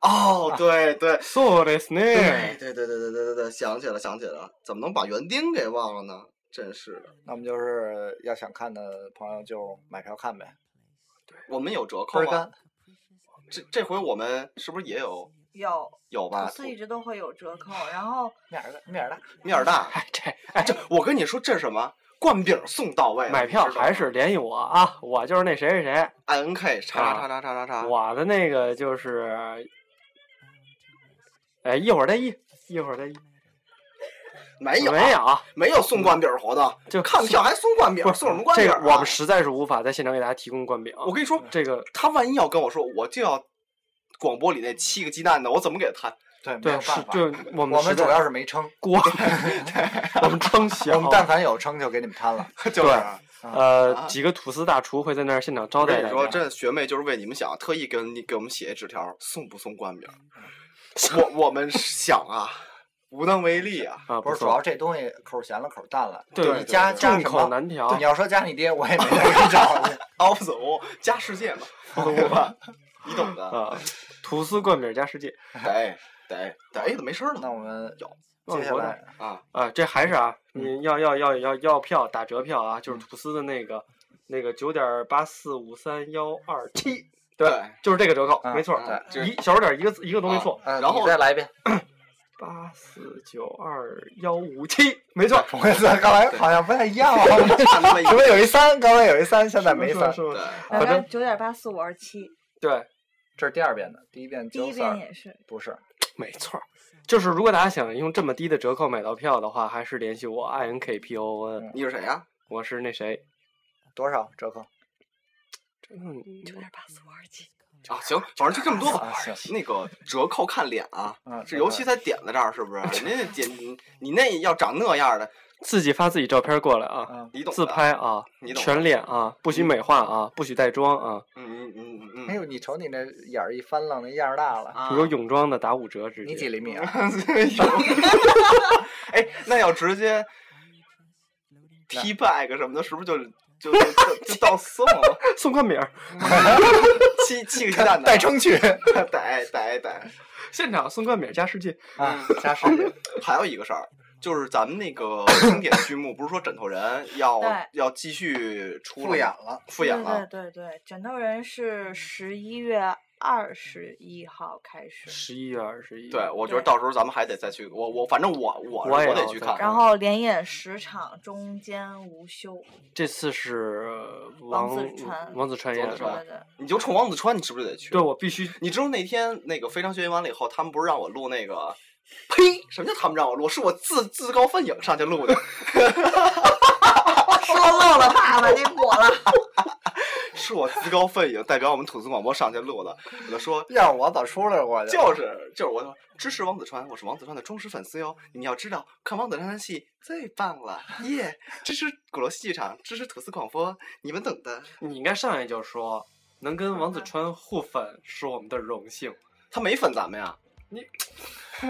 Speaker 8: 哦，对对
Speaker 7: そうです
Speaker 8: 对
Speaker 7: ね。
Speaker 8: 对对对对对对对，想起了想起了，怎么能把园丁给忘了呢？真是的，
Speaker 10: 那我们就是要想看的朋友就买票看呗，
Speaker 8: 我们有折
Speaker 10: 倍
Speaker 8: 扣
Speaker 10: 儿
Speaker 8: 吗
Speaker 10: 干？。
Speaker 8: 这这回我们是不是也有
Speaker 9: 有，
Speaker 8: 有吧？
Speaker 9: 所以一直都会有折扣。然后
Speaker 10: 面儿大，面儿大，
Speaker 8: 面儿大，
Speaker 7: 哎，这
Speaker 8: 这我跟你说，这是什么？灌饼送到位了，
Speaker 7: 买票
Speaker 8: 你知道
Speaker 7: 还是联系我啊，我就是那谁谁谁，
Speaker 8: I N K 叉叉叉叉叉叉叉。
Speaker 7: 啊我的那个就是，哎，一会儿再一，一会儿再一，
Speaker 8: 没有
Speaker 7: 没有啊，
Speaker 8: 没有送灌饼儿活动，
Speaker 7: 就
Speaker 8: 哎看票还送灌饼儿，
Speaker 7: 不是
Speaker 8: 送什么灌饼儿
Speaker 7: 这
Speaker 8: 啊？
Speaker 7: 个我们实在是无法在现场给大家提供啊灌饼。
Speaker 8: 我跟你说，
Speaker 7: 这个
Speaker 8: 他万一要跟我说，我就要广播里那七个鸡蛋的，我怎么给他？
Speaker 10: 对，没
Speaker 7: 对
Speaker 10: 有
Speaker 7: 是
Speaker 10: 办法。
Speaker 7: 就我们
Speaker 10: 我
Speaker 7: 实
Speaker 10: 们主
Speaker 7: 在
Speaker 10: 要是没撑，
Speaker 7: 锅， 我们撑
Speaker 10: 我
Speaker 7: 小
Speaker 10: 们。但凡有撑就给你们摊了。
Speaker 8: 就是
Speaker 7: 呃
Speaker 8: 啊，
Speaker 7: 几个吐司大厨会在那儿现场招
Speaker 8: 我
Speaker 7: 待
Speaker 8: 跟你
Speaker 7: 大
Speaker 8: 说，
Speaker 7: 家。
Speaker 8: 这学妹就是为你们想，特意给你给我们写一纸条，送不送灌饼儿？
Speaker 10: 嗯
Speaker 8: 我我们想啊，无能为力啊。
Speaker 7: 啊，
Speaker 10: 不是，主
Speaker 7: 错
Speaker 10: 要这东西口咸了口淡了，
Speaker 7: 对
Speaker 10: 你加
Speaker 8: 对
Speaker 10: 加
Speaker 7: 众
Speaker 10: 什
Speaker 7: 口
Speaker 10: 么？
Speaker 7: 难调
Speaker 10: 对你。要说加你爹，我也 没地儿给你找去。
Speaker 8: 凹子屋加世界嘛，对 吧？你懂的。
Speaker 7: 啊，吐司灌饼加世界
Speaker 10: 嗯
Speaker 8: 得得得，怎没事儿
Speaker 10: 那
Speaker 8: 了
Speaker 10: 我们
Speaker 8: 有
Speaker 10: 接下来
Speaker 8: 啊？
Speaker 7: 啊，这还是啊，
Speaker 8: 嗯
Speaker 7: 你要要要要要票打折票啊，就是吐司的那个那个九点八四五三幺二七，对
Speaker 8: 对，
Speaker 7: 就是这个折扣，
Speaker 10: 啊
Speaker 7: 没错
Speaker 8: 啊，这
Speaker 7: 一小数点一个字一个东西
Speaker 8: 啊
Speaker 7: 错，
Speaker 10: 嗯，
Speaker 8: 然后
Speaker 10: 你再来一遍。
Speaker 7: 八四九二幺五七，没错，
Speaker 10: 我意思，
Speaker 8: 啊
Speaker 10: 刚才 好像不太一样啊，
Speaker 8: 差那么一
Speaker 10: 是不是有一三？刚才有一三，现在没
Speaker 7: 是
Speaker 10: 三
Speaker 7: 吧。是吧
Speaker 8: 对，
Speaker 7: 反
Speaker 9: 大概
Speaker 7: 正
Speaker 9: 九点八四五二七，
Speaker 7: 对，
Speaker 10: 这是第二遍的，第一遍
Speaker 9: 第一
Speaker 10: 九
Speaker 9: 遍
Speaker 10: 三，
Speaker 9: 也是。
Speaker 10: 不是。
Speaker 7: 没错儿，就是如果大家想用这么低的折扣买到票的话，还是联系我 i n k p o n，
Speaker 8: 你是谁啊呀？
Speaker 7: 我是那谁，
Speaker 10: 多少折扣？
Speaker 7: 嗯，
Speaker 8: 啊，行，反正就这么多吧
Speaker 10: 啊。行
Speaker 8: 那个折扣看脸啊
Speaker 10: 嗯，
Speaker 8: 这尤其咱点在这儿是不是？人家点你你那要长那样的，
Speaker 7: 自己发自己照片过来啊，
Speaker 10: 嗯，
Speaker 8: 你懂的
Speaker 7: 自。拍啊
Speaker 8: 你，懂的
Speaker 7: 全脸啊，不许美化啊，不许带妆啊，
Speaker 8: 嗯嗯嗯嗯嗯。
Speaker 10: 哎呦，你瞅你那眼儿一翻浪，那样儿大了。
Speaker 8: 啊嗯
Speaker 7: 你有泳装的打五折直
Speaker 10: 你几
Speaker 7: 接。
Speaker 10: 厘米啊？
Speaker 8: 哎，那要直接 T bag 什么的，是不是就就就就就到送 了？
Speaker 7: 送冠名儿，
Speaker 8: 七七个鸡蛋的，
Speaker 10: 带撑去
Speaker 8: 得得得。
Speaker 7: 现场送冠名儿加世界，
Speaker 10: 啊！加时 间
Speaker 8: 还有一个事儿，就是咱们那个经典剧目，不是说枕头人要
Speaker 9: 对
Speaker 8: 要继续出了
Speaker 10: 复演
Speaker 8: 吗
Speaker 10: 了，
Speaker 8: 复演了，
Speaker 9: 对对对对，枕头人是十一月二十一号开始，
Speaker 7: 十一月二十一，
Speaker 8: 对，我觉得到时候咱们还得再去，我我反正我我
Speaker 7: 我也
Speaker 8: 得
Speaker 7: 要
Speaker 8: 去
Speaker 7: 再
Speaker 8: 看，
Speaker 7: 看
Speaker 9: 然后连演十场，中间无休。
Speaker 7: 这次是呃
Speaker 9: 王
Speaker 7: 王
Speaker 9: 子川
Speaker 7: 王子川
Speaker 8: 王
Speaker 7: 演
Speaker 8: 子
Speaker 9: 对
Speaker 8: 川
Speaker 7: 的，
Speaker 9: 对对，
Speaker 8: 你就冲王子川，你是不是得去？
Speaker 7: 对我必须
Speaker 8: 你知道那天那个《非常学员》完了以后，他们不是让我录那 个？呸！什么叫他们让我录？是我自自告奋勇上去录的。
Speaker 9: 说漏了，怕把那抹了。
Speaker 8: 是我自告奋勇代表我们吐司广播上去录的。我就说，
Speaker 10: 要是我早出来过去。
Speaker 8: 就是就是我说支持王子川，我是王子川的忠实粉丝哟。你要知道，看王子川的戏最棒了，耶！支持鼓楼戏剧场，支持吐司广播，你们懂的。
Speaker 7: 你应该上来就说，能跟王子川互粉是我们的荣幸。
Speaker 8: 他没粉咱们呀，
Speaker 7: 你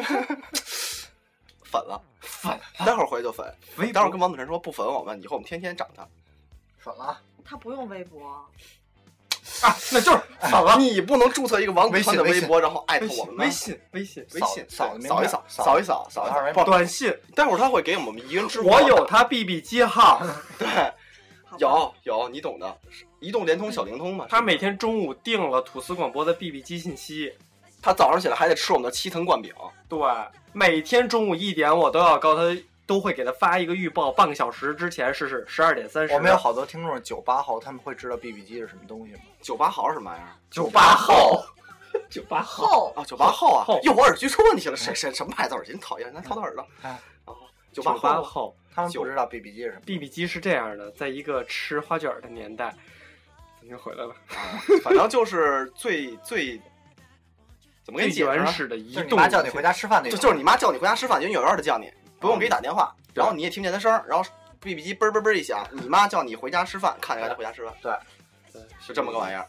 Speaker 8: 粉了，粉了，待会儿回去就粉。待会儿跟王子川说不粉我们，以后我们天天找他。
Speaker 10: 粉了啊，
Speaker 9: 他不用微博，
Speaker 7: 啊，那就是扫了，
Speaker 8: 哎你不能注册一个王子川的
Speaker 10: 微信
Speaker 8: 微博，然后艾特
Speaker 7: 微
Speaker 8: 哎我
Speaker 7: 信
Speaker 8: 们吗
Speaker 7: 微信微信，
Speaker 8: 微
Speaker 10: 扫
Speaker 8: 信
Speaker 10: 扫
Speaker 8: 对扫一扫，
Speaker 10: 扫
Speaker 8: 扫一扫，扫一
Speaker 10: 扫二维
Speaker 8: 扫。
Speaker 10: 码
Speaker 8: 不，
Speaker 7: 短信，
Speaker 8: 待会儿他会给我们一个人支付宝
Speaker 7: 我有他 BB 机号，
Speaker 8: 对，
Speaker 9: 好吧
Speaker 8: 有有，你懂的，移动、联通、小灵通嘛。
Speaker 7: 他每天中午定了吐司广播的 BB 机信息。
Speaker 8: 他早上起来还得吃我们的七层灌饼，
Speaker 7: 对，每天中午一点我都要告他，都会给他发一个预报，半个小时之前是是十二点三十。
Speaker 10: 我们有好多听众九八后，他们会知道 BB 机是什么东西吗？
Speaker 8: 九八号是什么玩意儿？哦
Speaker 7: 九八后，九八后，
Speaker 9: 后
Speaker 8: 啊，九八号啊
Speaker 7: 后，
Speaker 8: 哟，我耳机出问题了，谁谁什么牌子耳机？你讨厌，咱掏掏耳朵。
Speaker 10: 哎
Speaker 8: 哦，九
Speaker 7: 九
Speaker 8: 八
Speaker 7: 八
Speaker 8: 号，
Speaker 7: 后。
Speaker 10: 他们
Speaker 8: 九
Speaker 10: 不知道 BB 机是什么。
Speaker 7: BB 机是这样的，在一个吃花卷儿的年代，咱就回来了。
Speaker 8: 反正就是最最怎么给你解释啊？
Speaker 7: 最原始的移动
Speaker 8: 就是你妈
Speaker 7: 路线
Speaker 8: 叫你回家吃饭那种，
Speaker 7: 就就是
Speaker 8: 你妈叫你回家吃饭，因为有人的叫你，不用给你打电话，然后你也听不见她声儿，然后 B B 机嘣嘣嘣一响，你妈叫你回家吃饭，看见她回家吃饭，
Speaker 10: 对，
Speaker 8: 就这么个玩意儿。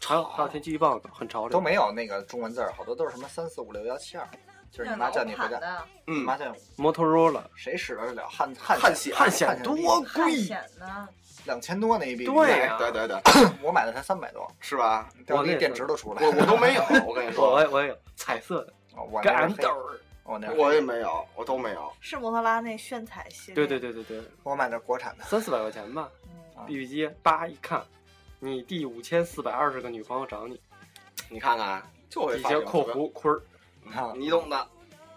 Speaker 7: 还有还有天气预报很潮流，
Speaker 10: 啊都没有那个中文字儿，好多都是什么三四五六幺七二，就是你妈叫你回家
Speaker 9: 那老，
Speaker 8: 嗯，
Speaker 10: 妈叫你
Speaker 7: 摩托罗拉，
Speaker 10: 谁使得了汉汉
Speaker 8: 汉
Speaker 10: 显
Speaker 8: 显
Speaker 10: 汉
Speaker 8: 汉显多
Speaker 9: 探险呢？
Speaker 10: 两千多那一币，
Speaker 8: 对呀
Speaker 7: 啊
Speaker 8: 对对对，
Speaker 10: 我买的才三百多，
Speaker 8: 是吧？
Speaker 10: 掉一电池都出来，
Speaker 8: 我我都 没有，我跟你说，
Speaker 7: 我我也有彩色的，
Speaker 10: 哦我那是
Speaker 7: 干
Speaker 10: 黑
Speaker 7: 豆儿，
Speaker 10: 我哦那是
Speaker 8: 我也没有，我都没有。
Speaker 9: 是摩托拉那炫彩系列，
Speaker 7: 对对对对对，
Speaker 10: 我买的国产的，嗯
Speaker 7: 三四百块钱吧，BB 机叭一看，你第五千四百二十个女朋友找你，
Speaker 8: 你看看，就会
Speaker 7: 底
Speaker 8: 发
Speaker 7: 下
Speaker 8: 现
Speaker 7: 括弧坤儿，
Speaker 8: 你懂的。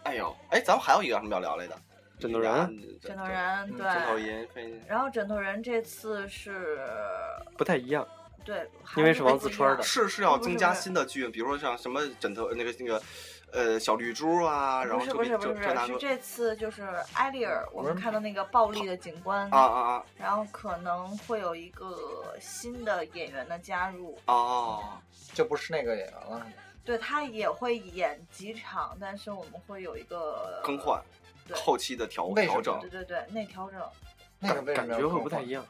Speaker 8: 哎呦，哎，咱们还有一个什么要聊来的？
Speaker 7: 枕头人，
Speaker 9: 枕头
Speaker 10: 嗯
Speaker 9: 人对，
Speaker 8: 啊枕头人可以。
Speaker 9: 然后枕头人这次是，
Speaker 7: 不太一样，
Speaker 9: 对，
Speaker 7: 因为是王自川的
Speaker 8: 是是要增加新的剧，比如说像什么枕头那个那个，呃，小绿珠啊，然
Speaker 9: 不
Speaker 8: 后
Speaker 9: 是
Speaker 8: 就
Speaker 9: 不是
Speaker 8: 给
Speaker 9: 不是
Speaker 8: 就
Speaker 9: 不
Speaker 8: 这
Speaker 9: 是，
Speaker 8: 那
Speaker 9: 是
Speaker 8: 个
Speaker 9: 这次就是埃利尔，我们看到那个暴力的警官
Speaker 8: 啊啊啊
Speaker 9: 然后可能会有一个新的演员的加入，
Speaker 8: 哦，
Speaker 10: 就不是那个演员了，
Speaker 9: 对他也会演几场，但是我们会有一个
Speaker 8: 更换，
Speaker 9: 对
Speaker 8: 后期的调
Speaker 10: 为什
Speaker 8: 调
Speaker 10: 么
Speaker 8: 整
Speaker 9: 对。对对，内调整，
Speaker 10: 那个为什
Speaker 7: 感
Speaker 10: 么
Speaker 7: 觉
Speaker 10: 要
Speaker 7: 会
Speaker 10: 更
Speaker 7: 不太一
Speaker 10: 换？
Speaker 7: 样。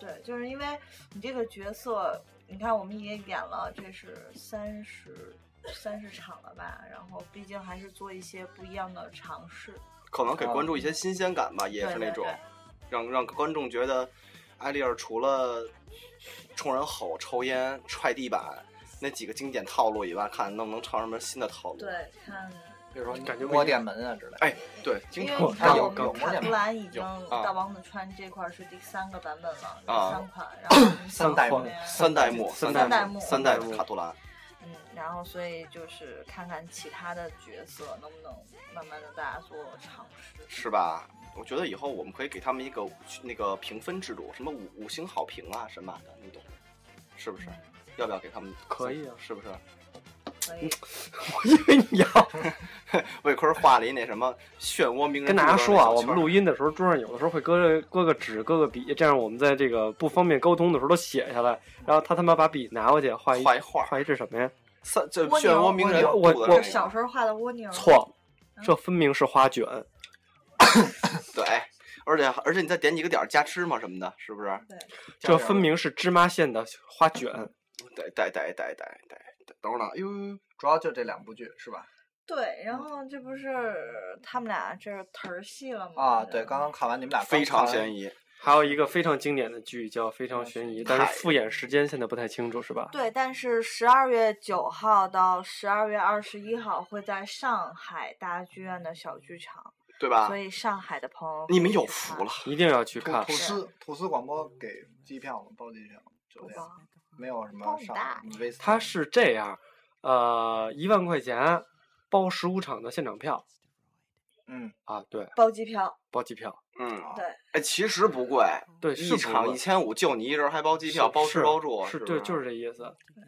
Speaker 9: 对，就是因为你这个角色，你看我们也演了，这是三十三十场了吧，然后毕竟还是做一些不一样的尝试，
Speaker 8: 可能给观众一些新鲜感吧，也是
Speaker 9: 对
Speaker 8: 那
Speaker 9: 对
Speaker 8: 种
Speaker 9: 对
Speaker 8: 让让观众觉得艾丽儿除了冲人吼、抽烟、踹地板那几个经典套路以外，看能不能唱什么新的套路。
Speaker 9: 对，看。
Speaker 10: 比如说
Speaker 7: 感觉不一
Speaker 10: 摸
Speaker 7: 样
Speaker 10: 电门啊之类的。
Speaker 8: 哎，对，经
Speaker 9: 因为
Speaker 8: 常
Speaker 9: 你
Speaker 10: 他
Speaker 9: 看
Speaker 10: 有
Speaker 9: 我们
Speaker 10: 有
Speaker 9: 卡
Speaker 10: 有
Speaker 9: 图兰已经
Speaker 8: 有啊
Speaker 9: 到王子川这块儿是第三个版本了，第
Speaker 8: 啊
Speaker 9: 三款，然后我们
Speaker 10: 三
Speaker 9: 想
Speaker 10: 代
Speaker 9: 后
Speaker 10: 目
Speaker 9: 面
Speaker 8: 三代目、
Speaker 7: 三
Speaker 8: 代
Speaker 9: 代
Speaker 8: 目、
Speaker 9: 目
Speaker 8: 三代目卡图兰，
Speaker 9: 嗯，然后所以就是看看其他的角色能不能慢慢的大家做尝试。
Speaker 8: 是吧？我觉得以后我们可以给他们一个那个评分制度，什么五五星好评啊什么的，你懂的，是
Speaker 9: 嗯
Speaker 8: 不是？要不要给他们？
Speaker 7: 可以啊
Speaker 8: 是不是？
Speaker 9: 所
Speaker 8: 嗯
Speaker 9: 以
Speaker 7: 我以为你要
Speaker 8: 魏坤画了一那什么漩涡鸣人。
Speaker 7: 跟大家说啊，我们
Speaker 8: 录。
Speaker 7: 录音的时候桌上有的时候会搁搁个纸、搁个笔，这样我们在这个不方便沟通的时候都写下来。然后他他妈把笔拿过去画一
Speaker 8: 画一画
Speaker 7: 画一啊这什么呀？
Speaker 8: 三这
Speaker 9: 蜗
Speaker 8: 漩
Speaker 9: 牛
Speaker 8: 涡鸣人，
Speaker 7: 蜗牛我
Speaker 9: 就小时候画的蜗牛，
Speaker 7: 错，
Speaker 8: 嗯
Speaker 7: 这分明是花卷。
Speaker 8: 对，而且而且你再点几个点儿加芝麻什么的，是不是？
Speaker 9: 对，
Speaker 7: 这分明是芝麻馅的花卷，
Speaker 8: 得得得得得得，等会儿呢，哎呦，
Speaker 10: 主要就这两部剧是吧？
Speaker 9: 对，然后这不是他们俩这是忒儿戏了吗？
Speaker 10: 啊，对，刚刚看完你们俩
Speaker 8: 非常嫌
Speaker 10: 疑，
Speaker 8: 疑，
Speaker 7: 还有一个非常经典的剧叫《非常悬疑》，但是复演时间现在不太清楚，是吧？
Speaker 9: 对，但是十二月九号到十二月二十一号会在上海大剧院的小剧场，
Speaker 8: 对吧
Speaker 9: 所？以上海的朋友
Speaker 8: 你们
Speaker 9: 可以
Speaker 8: 有
Speaker 9: 去
Speaker 8: 福
Speaker 9: 看
Speaker 8: 了，，
Speaker 7: 一定要去
Speaker 10: 吐
Speaker 7: 看
Speaker 10: 吐。司吐司广播给机票吗？包机票就
Speaker 9: 不
Speaker 10: 这样，
Speaker 9: 包
Speaker 10: 没有什么
Speaker 9: 包
Speaker 10: 上
Speaker 9: 大
Speaker 10: 你 Vista
Speaker 7: 它是这样，呃，一万块钱包十五场的现场票
Speaker 10: 嗯
Speaker 7: 啊，对，
Speaker 9: 包机票，
Speaker 7: 包机票，
Speaker 8: 嗯，
Speaker 9: 对，
Speaker 8: 哎，其实不贵，
Speaker 7: 对，是
Speaker 8: 一场一
Speaker 7: 千，
Speaker 8: 千五，就你一人还包机票，包吃
Speaker 7: 是
Speaker 8: 包
Speaker 10: 啊
Speaker 8: 住，
Speaker 7: 是
Speaker 8: 对，
Speaker 7: 对，就是这意思。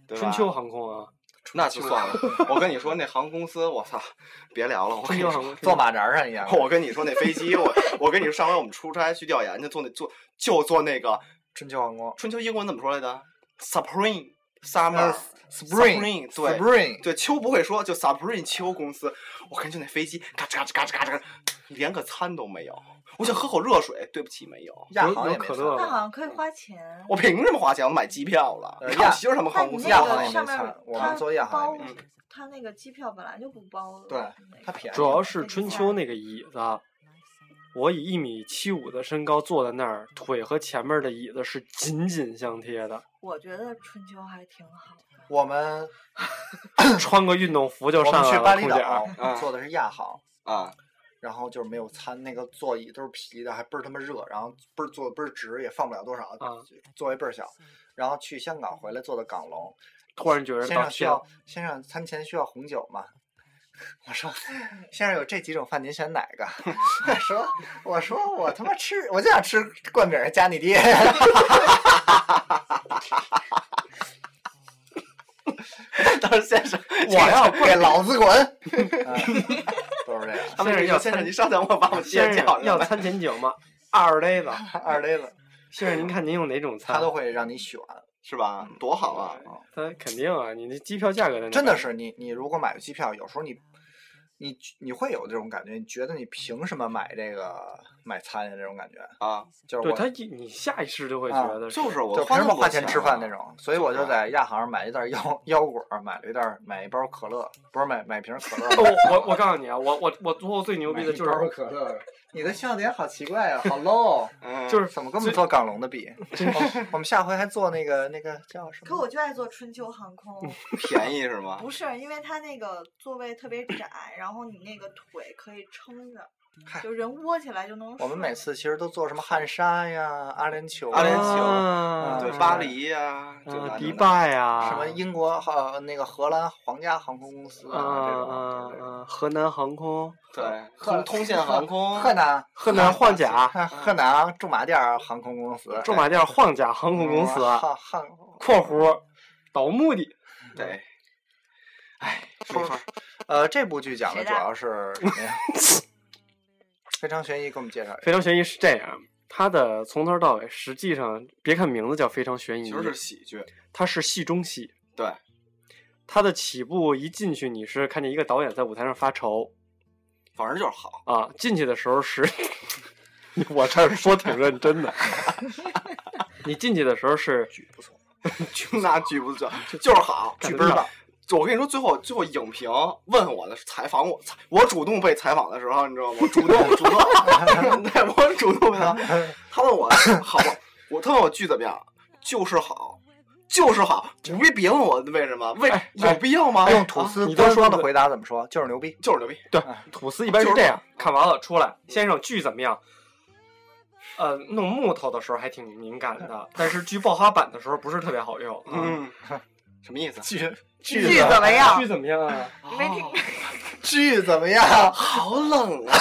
Speaker 8: 对吧
Speaker 7: 春秋航空啊，
Speaker 8: 那就算了。我跟你说，那航空公司，我操，别聊了，我跟
Speaker 7: 春
Speaker 8: 你
Speaker 7: 秋
Speaker 8: 说
Speaker 7: 航。空
Speaker 10: 坐马扎上一样，
Speaker 8: 我跟你说，那飞机，我我跟你说，上回我们出差去调研去，坐那坐就坐那个
Speaker 10: 春秋航空
Speaker 8: 春秋英文怎么说来的？Supreme Summer
Speaker 10: 啊 Spring
Speaker 8: 对
Speaker 10: Spring
Speaker 8: 对，秋不会说，就 Supreme 秋公司，我看就那飞机嘎吱嘎吱嘎吱嘎吱，连个餐都没有。我想喝口热水，对不起，没有。
Speaker 10: 亚
Speaker 7: 有
Speaker 10: 航也
Speaker 7: 有
Speaker 10: 没啊
Speaker 7: 可
Speaker 10: 算
Speaker 7: 乐
Speaker 9: 那好
Speaker 7: 吗？
Speaker 9: 像可以花钱。
Speaker 8: 我凭什么花钱？我买机票了。
Speaker 10: 呃
Speaker 8: 你看
Speaker 10: 亚
Speaker 8: 我媳妇儿他们
Speaker 9: 但
Speaker 8: 航
Speaker 9: 你
Speaker 8: 空公司啊
Speaker 9: 那
Speaker 10: 亚
Speaker 8: 好
Speaker 10: 航也
Speaker 9: 个
Speaker 8: 了，
Speaker 9: 上
Speaker 10: 啊没
Speaker 9: 面
Speaker 10: 参
Speaker 9: 儿
Speaker 10: 我
Speaker 9: 它
Speaker 10: 们坐亚航
Speaker 9: 包
Speaker 10: 也没参
Speaker 9: 它那个机票本来就不包了。
Speaker 10: 对
Speaker 9: 那个
Speaker 10: 它便宜，
Speaker 7: 主要是春秋那个椅子，我以一米七五的身高坐在那儿，腿和前面的椅子是紧紧相贴的，
Speaker 9: 我觉得春秋还挺好。
Speaker 10: 我们
Speaker 7: 穿个运动服就
Speaker 10: 我
Speaker 7: 上
Speaker 10: 们
Speaker 7: 来
Speaker 10: 去
Speaker 7: 了，
Speaker 10: 巴厘
Speaker 7: 空姐儿
Speaker 10: 岛
Speaker 8: 啊
Speaker 10: 坐的是亚航。
Speaker 8: 啊，
Speaker 10: 然后就是没有餐，那个座椅都是皮的，还倍儿他妈热，然后倍儿坐得倍儿直，也放不了多少，
Speaker 7: 啊
Speaker 10: 座位倍儿小。然后去香港回来坐的港龙，
Speaker 7: 突然觉得
Speaker 10: 先
Speaker 7: 到
Speaker 10: 生需
Speaker 7: 天
Speaker 10: 要先生餐前需要红酒吗？ 我说，先生有这几种饭，您选哪个？我说，我说我他妈吃，我就想吃灌饼儿加你爹。
Speaker 8: 当时先生，
Speaker 10: 我要给老子滚！啊都是这样。
Speaker 8: 他们
Speaker 7: 先生
Speaker 8: 说
Speaker 7: 要
Speaker 8: 先生，你稍等，我把我媳妇
Speaker 7: 先
Speaker 8: 儿
Speaker 7: 生
Speaker 8: 叫
Speaker 7: 要
Speaker 8: 上来。
Speaker 7: 餐前酒吗？二勒子，
Speaker 10: 二勒子，
Speaker 7: 先生您看您用哪种
Speaker 10: 他
Speaker 7: 餐？
Speaker 10: 都会让你选，
Speaker 8: 是吧？
Speaker 10: 嗯
Speaker 8: 多好啊！
Speaker 7: 那肯定啊，你那机票价格在哪？
Speaker 10: 真的是你，你如果买机票，有时候你，你你会有这种感觉，你觉得你凭什么买这个买餐呀？这种感觉
Speaker 8: 啊，
Speaker 10: 就是
Speaker 7: 对
Speaker 10: 我
Speaker 7: 他一，你下意识就会
Speaker 10: 啊
Speaker 7: 觉得。
Speaker 8: 就是我
Speaker 10: 就
Speaker 8: 花
Speaker 10: 凭什
Speaker 8: 那么
Speaker 10: 么
Speaker 8: 多
Speaker 10: 花钱
Speaker 8: 钱
Speaker 10: 吃
Speaker 8: 啊
Speaker 10: 饭那种，所以我就在亚航买一袋腰腰果，买了一袋买一包可乐，不是买买瓶可乐
Speaker 7: 我我我告诉你啊，我我我我最牛逼的就是
Speaker 10: 买一包可乐。你的笑点好奇怪啊， 好 low，
Speaker 8: 啊
Speaker 7: 就是
Speaker 10: 怎么跟我们做港龙的比？我们 我们下回还做那个那个叫什
Speaker 11: 可
Speaker 10: 么？
Speaker 11: 我就爱坐春秋航
Speaker 10: 嗯
Speaker 11: 空，
Speaker 8: 便宜是吗？
Speaker 11: 不是因为它那个座位特别窄，然后你那个腿可以撑着，就人窝起来就能睡。
Speaker 10: 我们每次其实都做什么汉莎呀、阿联酋啊、
Speaker 8: 阿联酋
Speaker 10: 啊
Speaker 8: 对
Speaker 10: 什么
Speaker 8: 巴黎呀，
Speaker 10: 嗯
Speaker 8: 对吧
Speaker 7: 呃迪拜啊，
Speaker 10: 什么英国呃那个荷兰皇家航空公司
Speaker 7: 啊
Speaker 10: 啊，这种
Speaker 7: 啊啊，河南航空，
Speaker 8: 对，
Speaker 10: 赫
Speaker 8: 通通信航 空，
Speaker 10: 河南
Speaker 7: 河南换 甲，啊
Speaker 10: 河南驻马店儿航空公司，
Speaker 7: 驻马店儿晃甲航空公司啊
Speaker 10: 嗯汉汉
Speaker 7: （括弧倒幕的
Speaker 8: 对，
Speaker 10: 呃，这部剧讲的
Speaker 9: 谁
Speaker 10: 主
Speaker 9: 的
Speaker 10: 要是 非常悬疑，给我们介绍一下。
Speaker 7: 非常悬疑）是这样，它的从头到尾，实际上别看名字叫《非常悬疑
Speaker 8: 其实》，是喜剧，
Speaker 7: 它是戏中戏。
Speaker 8: 对，
Speaker 7: 它的起步一进去，你是看见一个导演在舞台上发愁
Speaker 8: 反正就是好。
Speaker 7: 啊，进去的时候是， 我这儿说挺认真的。 你进去的时候是
Speaker 8: 就拿剧不错，就是好，
Speaker 7: 干
Speaker 8: 剧
Speaker 7: 得
Speaker 8: 本儿
Speaker 7: 妙
Speaker 8: 棒。就我跟你说，最后最后影评问我的采访我，采我主动被采访的时候，你知道吗？我主动主动， 对，我主动被采访。他问我 好不好，我他问我剧怎么样，就是好，就是好，你别别问我为什么，为
Speaker 7: 哎
Speaker 8: 有必要吗？啊
Speaker 10: 用吐司
Speaker 7: 你
Speaker 10: 官
Speaker 7: 都
Speaker 10: 方
Speaker 7: 说
Speaker 10: 的回答怎么说？就是牛逼。哎
Speaker 8: 就是牛逼，
Speaker 7: 对，吐 司一般是这样，看完了出来，先生剧怎么样？呃，弄木头的时候还挺敏感的，但是锯爆花板的时候不是特别好用。啊
Speaker 8: 嗯，什么意思？
Speaker 10: 剧
Speaker 9: 剧怎么样
Speaker 7: 剧怎么样 啊？
Speaker 9: 你没听？
Speaker 10: 剧怎么样？
Speaker 8: 好冷 啊！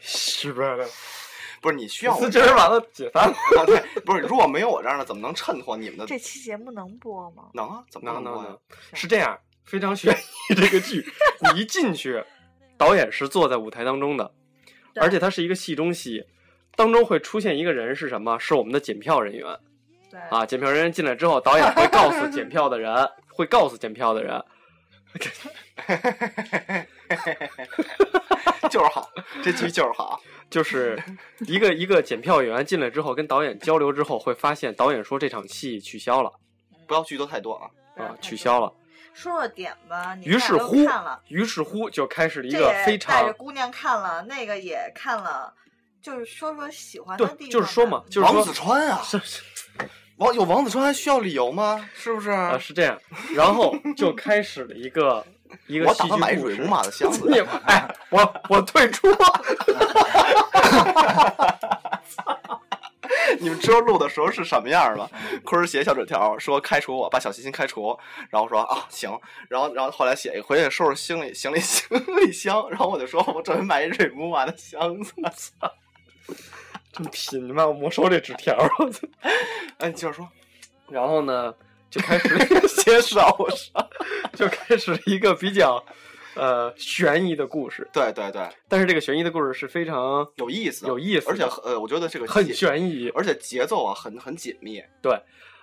Speaker 7: 是不是？
Speaker 8: 不是你需要
Speaker 7: 吐
Speaker 8: 我
Speaker 7: 司 今儿完了解散 了。
Speaker 8: 啊？对，不是如果没有我这样的，怎么能衬托你们的？
Speaker 9: 这期节目能播吗？
Speaker 8: 能啊？ 怎么能
Speaker 7: 能能
Speaker 8: 播呀
Speaker 7: 能？，是这样，非常悬疑这 个剧，你一进去，导演是坐在舞台当中的，
Speaker 9: 对
Speaker 7: 而且它是一个戏中戏，当中会出现一个人是什么？是我们的检票人员。
Speaker 9: 对，
Speaker 7: 啊，检票人员进来之后，导演会告诉检票的人，会告诉检票的人，
Speaker 8: 就是好，这剧就是好。
Speaker 7: 就是一个一个检票员进来之后，跟导演交流之后，会发现导演说这场戏取消了
Speaker 8: 不要剧透太多啊！
Speaker 9: 不要
Speaker 7: 啊，
Speaker 9: 太
Speaker 7: 取
Speaker 9: 多
Speaker 7: 消了。
Speaker 11: 说说点吧，你
Speaker 7: 于
Speaker 11: 们
Speaker 7: 是
Speaker 11: 俩都
Speaker 7: 乎
Speaker 11: 看了，，
Speaker 7: 于是乎就开始了一
Speaker 11: 这
Speaker 7: 个
Speaker 11: 也
Speaker 7: 非
Speaker 11: 带着
Speaker 7: 常
Speaker 11: 姑娘看了，那个也看了，就是说说喜欢的
Speaker 7: 对，
Speaker 11: 地方吧。
Speaker 7: 就是说嘛，就是
Speaker 8: 王子
Speaker 7: 说
Speaker 8: 川啊，
Speaker 7: 是是
Speaker 8: 王有王子川还需要理由吗？是不是？
Speaker 7: 啊是这样，然后就开始了一个 一个
Speaker 8: 我
Speaker 7: 戏
Speaker 8: 打
Speaker 7: 剧
Speaker 8: 算买
Speaker 7: 故
Speaker 8: 蕊
Speaker 7: 事
Speaker 8: 木。马的箱 子
Speaker 7: 你。哎，我我退出。
Speaker 8: 你们知道录的时候是什么样吗？坤儿写小纸条说开除我，把小星星开除，然后说啊行，然后然后后来写一回去收拾行李行李行李箱，然后我就说我准备买一蕊木马的箱子。
Speaker 7: 真贫，你妈！我没收这纸条儿， 我操！
Speaker 8: 哎，你接着说，
Speaker 7: 然后呢，就开始了一个先少上， 就开始了一个比较呃悬疑的故事。
Speaker 8: 对对对，
Speaker 7: 但是这个悬疑的故事是非常
Speaker 8: 有意思，
Speaker 7: 有意思的
Speaker 8: 而且呃，我觉得这个
Speaker 7: 很
Speaker 8: 节，
Speaker 7: 悬疑。
Speaker 8: 而且节奏啊很很紧密。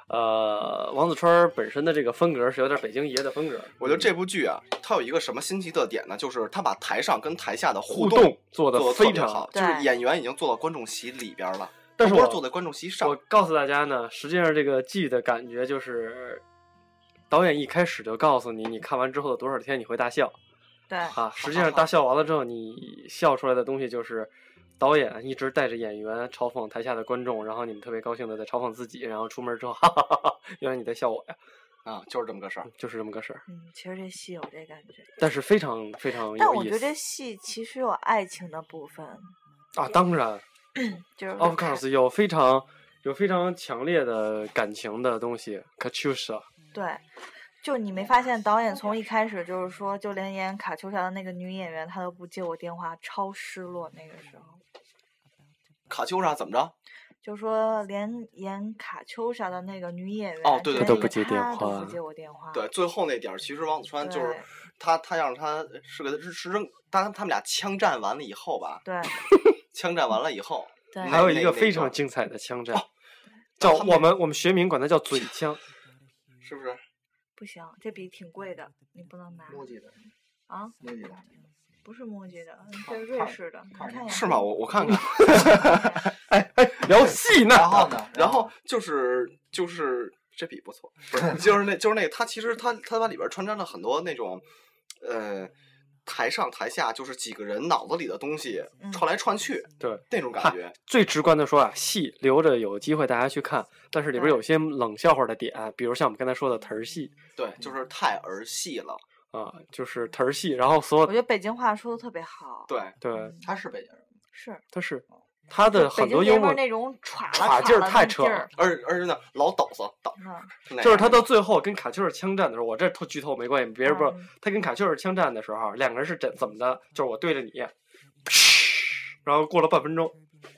Speaker 7: 呃，王子川儿本身的这个风格是有点北京爷的风格，
Speaker 8: 我觉得这部剧啊，它有一个什么新奇特点呢？就是它把台上跟台下的
Speaker 7: 互
Speaker 8: 动
Speaker 7: 动做的
Speaker 8: 做得特
Speaker 7: 非
Speaker 8: 别
Speaker 7: 常
Speaker 8: 好，就
Speaker 9: 对
Speaker 8: 是演员已经坐到观众席里边了，
Speaker 7: 但是
Speaker 8: 不
Speaker 7: 我
Speaker 8: 是坐在观众席上
Speaker 7: 我。告诉大家呢，实际上这个剧的感觉就是，导演一开始就告诉你，你看完之后的多少天你会大笑。
Speaker 9: 对，
Speaker 7: 啊，实际上大笑完了之后，你笑出来的东西就是导演一直带着演员嘲讽台下的观众，然后你们特别高兴的在嘲讽自己，然后出门之后，哈哈哈哈，原来你在笑我呀，
Speaker 8: 啊，就是这么个事儿。
Speaker 7: 就是这么个事儿。
Speaker 9: 嗯，其实这戏有这感觉，
Speaker 7: 但是非常非常
Speaker 9: 但
Speaker 7: 有
Speaker 9: 我
Speaker 7: 意
Speaker 9: 觉得
Speaker 7: 思
Speaker 9: 这戏其实有爱情的部分，
Speaker 7: 啊，当然
Speaker 9: 就是
Speaker 7: ，of course 有非常有非常强烈的感情的东西 c a t u s h a
Speaker 9: 对，就你没发现导演从一开始就是说，就连演卡秋莎的那个女演员，她都不接我电话，超失落。那个时候
Speaker 8: 卡秋莎怎么着？
Speaker 9: 就说连演卡秋莎的那个女演员
Speaker 8: 哦对对
Speaker 9: 连
Speaker 8: 都
Speaker 9: 一
Speaker 7: 不接电
Speaker 9: 她都
Speaker 7: 话
Speaker 9: 不接我电话。
Speaker 8: 对，最后那点儿，其实王子川就是
Speaker 9: 对
Speaker 8: 他，他让他是个是是扔，当他们俩枪战完了以后吧，
Speaker 9: 对
Speaker 8: 枪战完了以后，
Speaker 9: 对
Speaker 8: 那
Speaker 7: 还有
Speaker 8: 那
Speaker 7: 一
Speaker 8: 那
Speaker 7: 个非常
Speaker 8: 段
Speaker 9: 哦
Speaker 7: 精彩的枪战，叫
Speaker 8: 然后他
Speaker 7: 我们我们学名管它叫嘴 枪，
Speaker 8: 是不是？
Speaker 9: 不行，这笔挺贵的，你不能拿。
Speaker 10: 墨迹的
Speaker 9: 啊？
Speaker 10: 墨迹的，
Speaker 9: 不是墨迹的，这是瑞士的。你看一下
Speaker 8: 是吗？我我看看。哎哎，聊戏呢。然后
Speaker 10: 哦
Speaker 8: 呢？然后就是就是这笔不错，不是就是那就是那个他其实他他把里边穿插了很多那种呃台上台下就是几个人脑子里的东西
Speaker 10: 嗯
Speaker 8: 串来串去，
Speaker 7: 对
Speaker 8: 那种感 觉。
Speaker 7: 最直观的说啊，戏留着有机会大家去看，但是里边有些冷笑话的点，啊比如像我们刚才说的忒儿戏
Speaker 8: 对，就是太儿戏了。
Speaker 7: 啊，就是忒儿戏，然后所
Speaker 9: 我觉
Speaker 7: 有
Speaker 9: 得北京话说的特别好。
Speaker 8: 对
Speaker 7: 对，
Speaker 10: 他是北京人，
Speaker 9: 是
Speaker 7: 它是它的
Speaker 9: 就北
Speaker 7: 很
Speaker 9: 京
Speaker 7: 多
Speaker 9: 爷
Speaker 7: 幽
Speaker 9: 们
Speaker 7: 默
Speaker 9: 儿那种歘
Speaker 7: 歘
Speaker 9: 了
Speaker 7: 劲儿
Speaker 9: 歘了
Speaker 7: 太
Speaker 9: 那
Speaker 7: 扯
Speaker 9: 劲儿嗯
Speaker 7: 了，
Speaker 8: 而而是呢，老抖擞抖，
Speaker 7: 就是他到最后跟卡丘尔枪战的时候，我这透剧透没关系，别人不知道。
Speaker 9: 嗯
Speaker 7: 他跟卡丘尔枪战的时候，啊两个人是怎怎么的？就是我对着你，然后过了半分钟，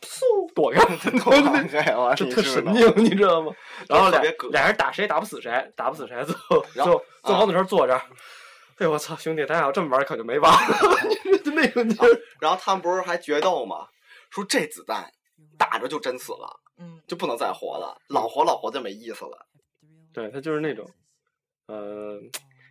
Speaker 7: 嗖躲开，
Speaker 8: 躲开，
Speaker 7: 这
Speaker 8: 啊你
Speaker 7: 特
Speaker 8: 知
Speaker 7: 神
Speaker 8: 道
Speaker 7: 经，你知 道吗？然后
Speaker 8: 特
Speaker 7: 俩
Speaker 8: 别葛
Speaker 7: 俩人打谁也打不死谁，打不死谁，最后最
Speaker 8: 然后啊
Speaker 7: 后最后那时候坐这儿，哎呦我操，兄弟，咱俩要这么玩可就没完了。 那个
Speaker 8: 然后他们不是还决斗吗？说这子弹打着就真死了，
Speaker 9: 嗯，
Speaker 8: 就不能再活了，老活老活就没意思了。
Speaker 7: 对他就是那种，呃，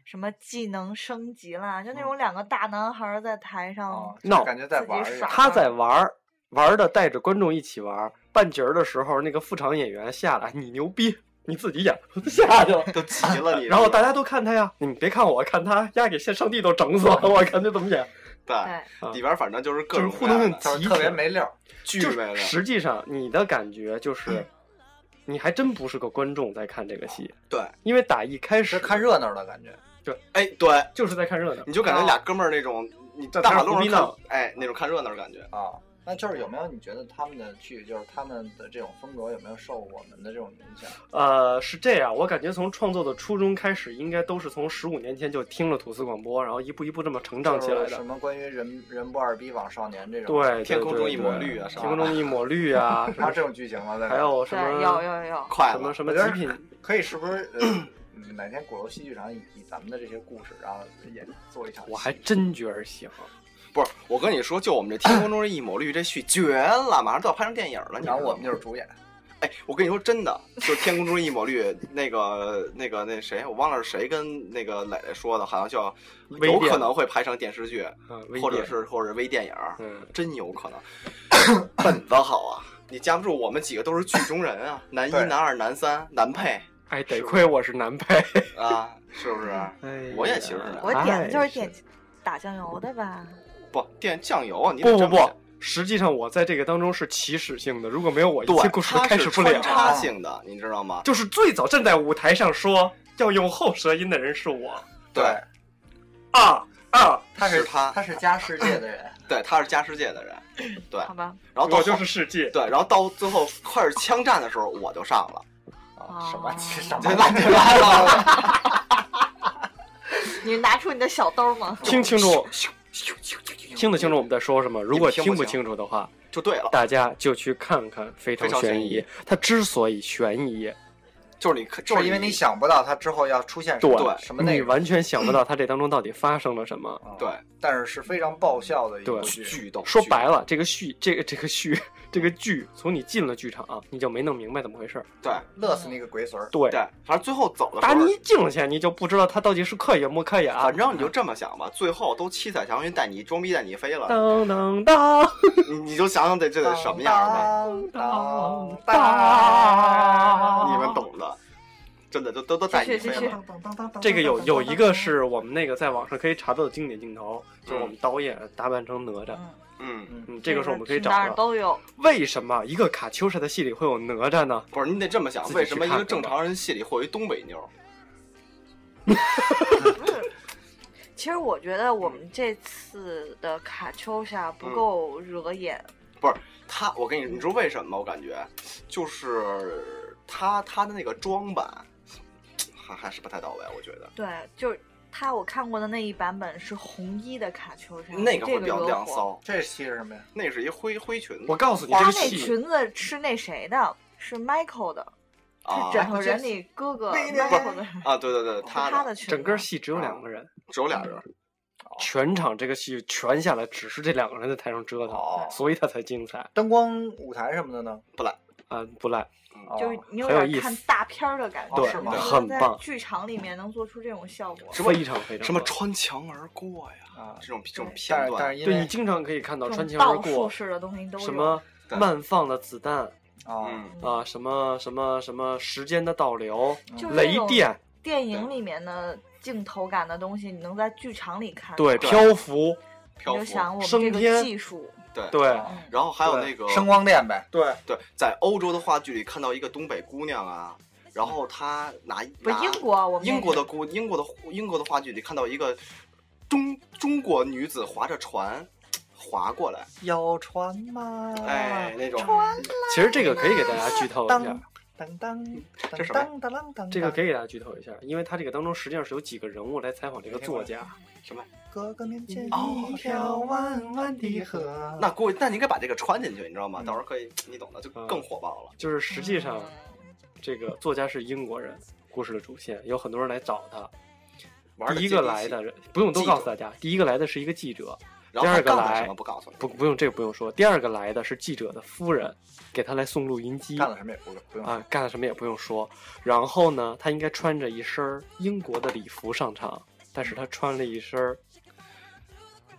Speaker 9: 什么技能升级啦，就那种两个大男孩儿在台上
Speaker 7: 哦闹、
Speaker 10: 感觉在玩儿
Speaker 9: 自己耍
Speaker 8: 嗯
Speaker 7: 他在玩儿，玩儿的带着观众一起玩儿。半截儿的时候，那个副场演员下来，你牛逼，你自己演， 下去了，
Speaker 8: 都急了你。
Speaker 7: 然后大家都看他呀，你们别看我，看他，丫给上帝都整死了，我看他怎么演。
Speaker 8: 对，里边反正就是各
Speaker 7: 就是
Speaker 8: 种
Speaker 7: 互动性极
Speaker 8: 极
Speaker 7: 强，
Speaker 8: 巨
Speaker 7: 就是
Speaker 8: 没料。
Speaker 7: 实际上，你的感觉
Speaker 10: 嗯
Speaker 7: 就是，你还真不是个观众在看这个戏，
Speaker 8: 对，
Speaker 7: 因为打一开始
Speaker 10: 看热嗯闹的感觉。
Speaker 7: 对，
Speaker 8: 哎，对，
Speaker 7: 就是在看热闹，
Speaker 8: 你就感觉俩哥们儿那种，你
Speaker 10: 在
Speaker 8: 大
Speaker 10: 那
Speaker 8: 马
Speaker 10: 儿
Speaker 8: 路
Speaker 10: 胡
Speaker 8: 上
Speaker 10: 逼
Speaker 8: 看
Speaker 10: 闹，
Speaker 8: 哎，那种看热闹的感觉
Speaker 10: 啊。那就是有没有你觉得他们的剧，就是他们的这种风格有没有受我们的这种影响？
Speaker 7: 呃，是这样，我感觉从创作的初衷开始，应该都是从十五年前就听了吐司广播，然后一步一步这么成长起来
Speaker 10: 就是什
Speaker 7: 的。
Speaker 10: 么关于人人不二逼枉少年这种，
Speaker 7: 对，对对对
Speaker 10: 啊是吧
Speaker 7: 天空中一抹绿
Speaker 10: ，
Speaker 7: 啊
Speaker 10: 还有这种剧情吗？在
Speaker 7: 还有什么？什么什么极品？
Speaker 10: 可以是不是？呃哪天鼓楼戏剧场以以咱们的这些故事，然后也做一场戏？
Speaker 7: 我还真觉得行。
Speaker 8: 不是，我跟你说，就我们这《天空中的一抹绿》这剧绝了，马上都要拍成电影了。然后
Speaker 7: 啊
Speaker 8: 我们
Speaker 10: 就是主演。
Speaker 8: 哎，我跟你说真的，就是《天空中的一抹绿》那个、那个、那谁，我忘了是谁跟那个磊磊说的，好像叫
Speaker 7: 微
Speaker 8: 有
Speaker 7: 电
Speaker 8: 可能会拍成电视剧
Speaker 7: 嗯微，
Speaker 8: 或者
Speaker 7: 电
Speaker 8: 是或者微电影，
Speaker 7: 嗯，
Speaker 8: 真有可能。本子好啊，你架不住我们几个都是剧中人啊，男一、
Speaker 7: 对
Speaker 8: 男二、男三、男配
Speaker 7: 哎，得亏我是男配。
Speaker 8: 啊，是不是？哎
Speaker 7: 嗯
Speaker 8: 我也其实是男
Speaker 9: 我点的就
Speaker 7: 哎
Speaker 9: 是点打酱油的吧？
Speaker 8: 不垫酱油啊，你得
Speaker 7: 不
Speaker 8: 这
Speaker 7: 不
Speaker 8: 么
Speaker 7: 不，实际上我在这个当中是起始性的，如果没有我，一切
Speaker 8: 对，
Speaker 7: 故事都
Speaker 8: 它
Speaker 7: 开
Speaker 8: 是
Speaker 7: 始不了。啊
Speaker 8: 穿插性的，你知道吗？
Speaker 7: 就是最早站在舞台上说要用后舌音的人是我。
Speaker 8: 对，
Speaker 7: 啊啊，
Speaker 10: 他
Speaker 8: 是他，
Speaker 10: 他是加世界的人，
Speaker 8: 对，他是加世界的人，对。
Speaker 9: 好吧，
Speaker 8: 然后到
Speaker 7: 我就是
Speaker 8: 后
Speaker 7: 世界，
Speaker 8: 对，然后到最后快始枪战的时候，我就上了，
Speaker 10: 什
Speaker 9: 哦
Speaker 10: 么什
Speaker 8: 对，那就来 了，
Speaker 9: 你拿出你的小兜儿 吗？
Speaker 7: 听清楚，听得清楚我们在说什么。如果听不清楚的话，
Speaker 8: 就对了。
Speaker 7: 大家就去看看《非常
Speaker 10: 哦非常
Speaker 7: 悬
Speaker 10: 悬
Speaker 7: 疑
Speaker 10: 疑》，
Speaker 7: 它之所以悬疑，
Speaker 8: 就是你，
Speaker 10: 就是因为你想不到他之后要出现什
Speaker 7: 对，
Speaker 10: 么什么内
Speaker 7: 你
Speaker 10: 容，啊
Speaker 7: 完全想不到它这当中到底发生了什么。
Speaker 8: 对，
Speaker 10: 但是是非常爆笑的一
Speaker 7: 对
Speaker 10: 部，剧。
Speaker 7: 说白了，这个剧，这个这个剧， 这个剧，从你进了剧场，啊你就没弄明白怎么回事儿。
Speaker 8: 对，
Speaker 10: 乐死你个鬼孙儿！
Speaker 7: 对
Speaker 8: 对，哎反正最后走的时
Speaker 7: 打
Speaker 8: 候，
Speaker 7: 你一镜下，你就不知道他到底是刻意没刻意啊。
Speaker 8: 反正你就这么想吧，最后都七彩祥云带你装逼带你飞了，
Speaker 7: 当当当，
Speaker 8: 你你就想想得这
Speaker 7: 哦
Speaker 8: 得什么样儿吧，
Speaker 10: 当当
Speaker 7: 哦
Speaker 8: 你们懂的，真的就都都带你飞了。
Speaker 7: 这个有有一个是我们那个在网上可以查到的经典镜头，就是我们导演打扮成哪吒。
Speaker 8: 嗯
Speaker 7: 嗯，这个是我们可以找
Speaker 9: 哪儿
Speaker 7: 的。
Speaker 9: 都有。
Speaker 7: 为什么一个卡秋莎的戏里会有哪吒呢？
Speaker 8: 不是，你得这么想
Speaker 7: 自，己
Speaker 8: 为什
Speaker 7: 去
Speaker 8: 么一
Speaker 7: 看
Speaker 8: 个
Speaker 7: 看
Speaker 8: 正
Speaker 7: 吧
Speaker 8: 常人戏里会有一东北妞儿？
Speaker 9: 其实我觉得我们这次的卡秋莎
Speaker 7: 嗯
Speaker 9: 不够惹眼，
Speaker 8: 不是他，我跟你，你知道为什么吗？我感觉就是他他的那个装扮，还还是不太到位，我觉得。
Speaker 9: 对，就是她我看过的那一版本是红衣的卡秋莎，
Speaker 8: 那个
Speaker 9: 嗯这
Speaker 8: 会
Speaker 9: 个
Speaker 8: 比较
Speaker 9: 惹
Speaker 8: 亮
Speaker 9: 火
Speaker 8: 骚，
Speaker 10: 这戏是什么呀？
Speaker 8: 那是一灰灰裙子。
Speaker 7: 我告诉你，这
Speaker 9: 她
Speaker 7: 个
Speaker 9: 那
Speaker 7: 戏
Speaker 9: 裙子是那谁的？是 Michael 的，
Speaker 8: 啊
Speaker 9: 是整个人里哥哥 Michael 的。
Speaker 8: 啊，对对对，他
Speaker 9: 哦他的裙子
Speaker 7: 整个戏只有两个人，
Speaker 8: 只有俩人，哦
Speaker 7: 全场这个戏全
Speaker 8: 哦
Speaker 7: 下来只是这两个人在台上折腾，所以他才精彩。
Speaker 10: 灯光舞台什么的呢？
Speaker 8: 不来
Speaker 7: 啊，不赖，
Speaker 9: 就是你有
Speaker 7: 很有
Speaker 9: 点
Speaker 7: 意
Speaker 9: 看
Speaker 7: 思，
Speaker 9: 大片儿的感觉，
Speaker 7: 对
Speaker 9: 是吗？
Speaker 7: 很
Speaker 9: 在
Speaker 7: 棒
Speaker 9: 剧场里面能做出这种效果，
Speaker 7: 非常非常
Speaker 8: 什么
Speaker 7: 棒
Speaker 8: 穿墙而过呀，
Speaker 2: 啊，
Speaker 8: 这种这种片
Speaker 7: 但
Speaker 8: 段，
Speaker 7: 嗯对你经常可以看到
Speaker 9: 这
Speaker 7: 穿
Speaker 9: 种
Speaker 7: 墙而
Speaker 9: 倒
Speaker 7: 过
Speaker 9: 数，式的东西都有。哦
Speaker 7: 什么慢放的子弹
Speaker 2: 啊
Speaker 8: 嗯
Speaker 7: 啊，什么什么什么时间的倒流
Speaker 9: 嗯就，是那
Speaker 7: 雷
Speaker 9: 种
Speaker 7: 电，
Speaker 9: 电影里面的镜头感的东西，你能在剧场里看到。
Speaker 7: 对，漂浮，
Speaker 9: 你就想我们这
Speaker 7: 升
Speaker 9: 个
Speaker 7: 天，
Speaker 9: 技术，
Speaker 8: 对
Speaker 7: 对
Speaker 8: 然后还有
Speaker 7: 对
Speaker 8: 那个
Speaker 7: 声
Speaker 2: 光电呗，
Speaker 7: 对
Speaker 8: 哦对，在欧洲的话剧里看到一个东北姑娘啊，然后她拿
Speaker 9: 不是
Speaker 8: 拿
Speaker 9: 英国我们
Speaker 8: 英
Speaker 9: 那
Speaker 8: 国
Speaker 9: 个
Speaker 8: 的姑英国的英国的话剧里看到一个中中国女子划着船划过来，
Speaker 2: 腰穿吗？
Speaker 9: 啊
Speaker 8: 哎，那种
Speaker 7: 其实这个可以给大家剧透一下
Speaker 2: 当。当当
Speaker 7: 这什
Speaker 2: 当
Speaker 7: 么
Speaker 2: 当当当，
Speaker 7: 这个可以给大家剧透一下，因为它这个当中实际上是有几个人物来采访这个作家。
Speaker 8: 什么？
Speaker 2: 哥哥面前
Speaker 8: 哦
Speaker 2: 一条弯弯的河。
Speaker 8: 那估计那你应该把这个穿进去，你知道吗？
Speaker 7: 嗯
Speaker 8: 到时候可以，你懂的，就更火爆了。
Speaker 7: 就是实际上，
Speaker 9: 嗯
Speaker 7: 这个作家是英国人，故事的主线有很多人来找他。
Speaker 8: 玩得
Speaker 7: 第一
Speaker 8: 接
Speaker 7: 个
Speaker 8: 地
Speaker 7: 来
Speaker 8: 气
Speaker 7: 的人不用都
Speaker 8: 记
Speaker 7: 告
Speaker 8: 者
Speaker 7: 诉大家，第一个来的是一个记者，第
Speaker 8: 然后他
Speaker 7: 二个
Speaker 8: 干了
Speaker 7: 来
Speaker 8: 什么不告诉你
Speaker 7: 不不用这个不用说，第二个来的是记者的夫人，给他来送录音机，
Speaker 2: 干了什么也不不用
Speaker 7: 啊，干了什么也不用说。然后呢，他应该穿着一身儿英国的礼服上场，但是他穿了一身儿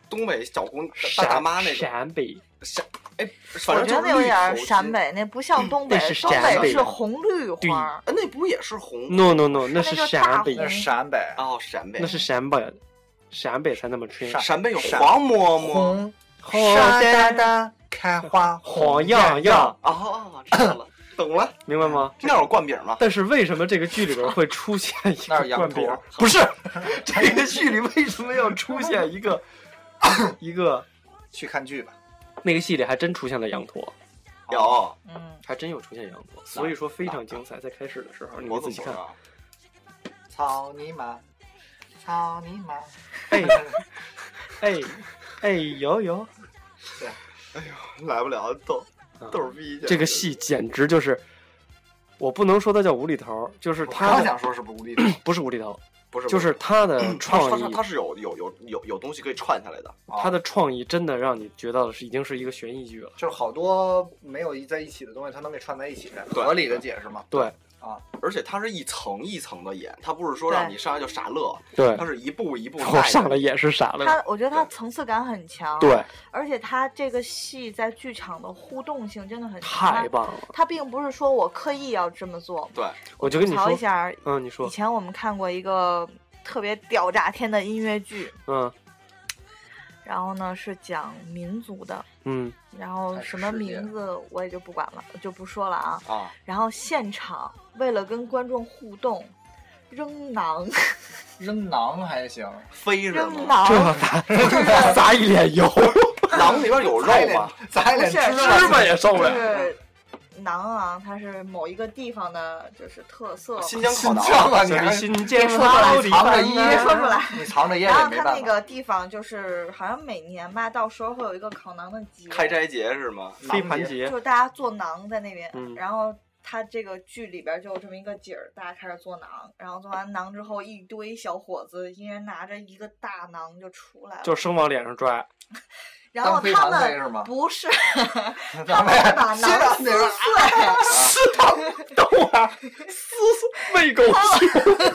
Speaker 8: 东北小姑大
Speaker 7: 陕
Speaker 8: 大妈那种，
Speaker 7: 陕北
Speaker 8: 陕哎，反
Speaker 9: 我
Speaker 8: 正
Speaker 9: 觉
Speaker 8: 就
Speaker 9: 得
Speaker 8: 是
Speaker 9: 有
Speaker 8: 绿
Speaker 9: 点
Speaker 8: 头巾
Speaker 9: 陕北，那不像东北
Speaker 7: 嗯那，是
Speaker 9: 东
Speaker 7: 陕北
Speaker 9: 是红绿
Speaker 7: 对
Speaker 9: 花，
Speaker 8: 哎那不也是红
Speaker 7: ，no no no，那
Speaker 9: 那
Speaker 7: 是
Speaker 9: 叫
Speaker 7: 陕
Speaker 9: 大
Speaker 7: 北，
Speaker 9: 红
Speaker 2: 陕北
Speaker 8: 哦，陕北
Speaker 7: 那是陕北，陕北才那么吹。啊
Speaker 8: 陕北有
Speaker 7: 陕
Speaker 8: 黄嬷嬷，
Speaker 2: 红沙哒哒开花
Speaker 7: 黄样样，
Speaker 8: 哦，知道了，懂了，
Speaker 7: 明白吗？
Speaker 8: 那有灌饼吗？
Speaker 7: 但是为什么这个剧里边会出现一
Speaker 2: 那
Speaker 7: 个
Speaker 2: 是羊
Speaker 7: 灌饼
Speaker 2: 驼？
Speaker 7: 不是，这个剧里为什么要出现一 个一个？
Speaker 2: 去看剧吧。
Speaker 7: 那个戏里还真出现了羊驼，
Speaker 8: 有，
Speaker 9: 嗯
Speaker 7: 还真有出现羊驼，所以说非常精彩。在开始的时候，你
Speaker 8: 我
Speaker 7: 们
Speaker 8: 怎么知
Speaker 7: 仔细看，
Speaker 8: 道？
Speaker 2: 操你妈！操你妈！
Speaker 7: 哎哎哎呦呦，
Speaker 8: 来不了，逗逗逼去。
Speaker 7: 这个戏简直就是，我不能说它叫无厘头，就是
Speaker 8: 我
Speaker 7: 它
Speaker 8: 刚想
Speaker 7: 的
Speaker 8: 说是不是无厘头
Speaker 7: 不是无厘头，
Speaker 8: 不是，
Speaker 7: 就是它的创
Speaker 8: 它
Speaker 7: 意
Speaker 8: 它，是有有有有有东西可以串下来的。
Speaker 7: 它的创意真的让你觉得是已经是一个悬疑剧了。
Speaker 2: 就是好多没有在一起的东西，它能给串在一起，合理的解释嘛。
Speaker 7: 对，
Speaker 2: 啊，
Speaker 8: 而且它是一层一层的演，它不是说让
Speaker 9: 对
Speaker 8: 你上来就傻乐，
Speaker 7: 对
Speaker 8: 它是一步一步带着。
Speaker 7: 我上来也是傻
Speaker 9: 它
Speaker 7: 了，
Speaker 9: 我觉得它层次感很强，
Speaker 7: 对，
Speaker 9: 而且它这个戏在剧场的互动性真的很强
Speaker 7: 太棒了！
Speaker 9: 它并不是说我刻意要这么做。
Speaker 8: 对，
Speaker 7: 我就跟你
Speaker 9: 吐槽
Speaker 7: 说
Speaker 9: 一，下，
Speaker 7: 嗯，你说
Speaker 9: 以，前我们看过一个特别屌炸天的音乐剧，
Speaker 7: 嗯
Speaker 9: 然后呢是讲民族的，
Speaker 7: 嗯，
Speaker 9: 然后
Speaker 2: 还是
Speaker 9: 什么
Speaker 2: 世界
Speaker 9: 名字我也就不管了，就不说了啊。
Speaker 8: 啊，
Speaker 9: 然后现场为了跟观众互动，扔馕，
Speaker 2: 扔馕还行，
Speaker 8: 飞着
Speaker 9: 扔
Speaker 8: 呢。
Speaker 7: 这
Speaker 9: 馕，
Speaker 7: 咋撒一脸油，
Speaker 8: 囊里边有肉吗？
Speaker 2: 咱俩
Speaker 9: 不是
Speaker 2: 吃
Speaker 9: 是
Speaker 7: 芝麻也受不
Speaker 9: 就
Speaker 7: 了。
Speaker 9: 是馕啊，它是某一个地方的，就是特色。
Speaker 8: 新疆烤
Speaker 2: 新
Speaker 8: 馕
Speaker 2: 疆
Speaker 8: 啊，
Speaker 2: 吧，你
Speaker 7: 小
Speaker 2: 还
Speaker 7: 丽
Speaker 2: 是
Speaker 7: 新疆
Speaker 9: 别说出来
Speaker 7: 老
Speaker 2: 藏着掖
Speaker 9: 别说出来。
Speaker 2: 你藏着掖
Speaker 9: 然
Speaker 2: 着也
Speaker 9: 后
Speaker 2: 没
Speaker 9: 它
Speaker 2: 办
Speaker 9: 那
Speaker 2: 法。
Speaker 9: 个地方就是好像每年吧，到时候会有一个烤馕的节，
Speaker 8: 开斋节是吗？
Speaker 7: 飞盘节
Speaker 9: 就是大家做馕在那边，
Speaker 7: 嗯
Speaker 9: 然后它这个剧里边就有这么一个景儿，大家开始做馕，然后做完馕之后，一堆小伙子一人拿着一个大馕就出来了，
Speaker 7: 就生往脸上拽，
Speaker 9: 然后
Speaker 2: 当飞
Speaker 9: 他
Speaker 2: 盘飞是
Speaker 9: 们
Speaker 2: 吗
Speaker 9: 不是，
Speaker 2: 咱
Speaker 9: 他
Speaker 2: 们
Speaker 9: 们
Speaker 2: 俩
Speaker 9: 是把
Speaker 2: 先把
Speaker 9: 馕
Speaker 2: 那
Speaker 9: 撕
Speaker 2: 个
Speaker 9: 碎，
Speaker 7: 等会儿撕喂狗血，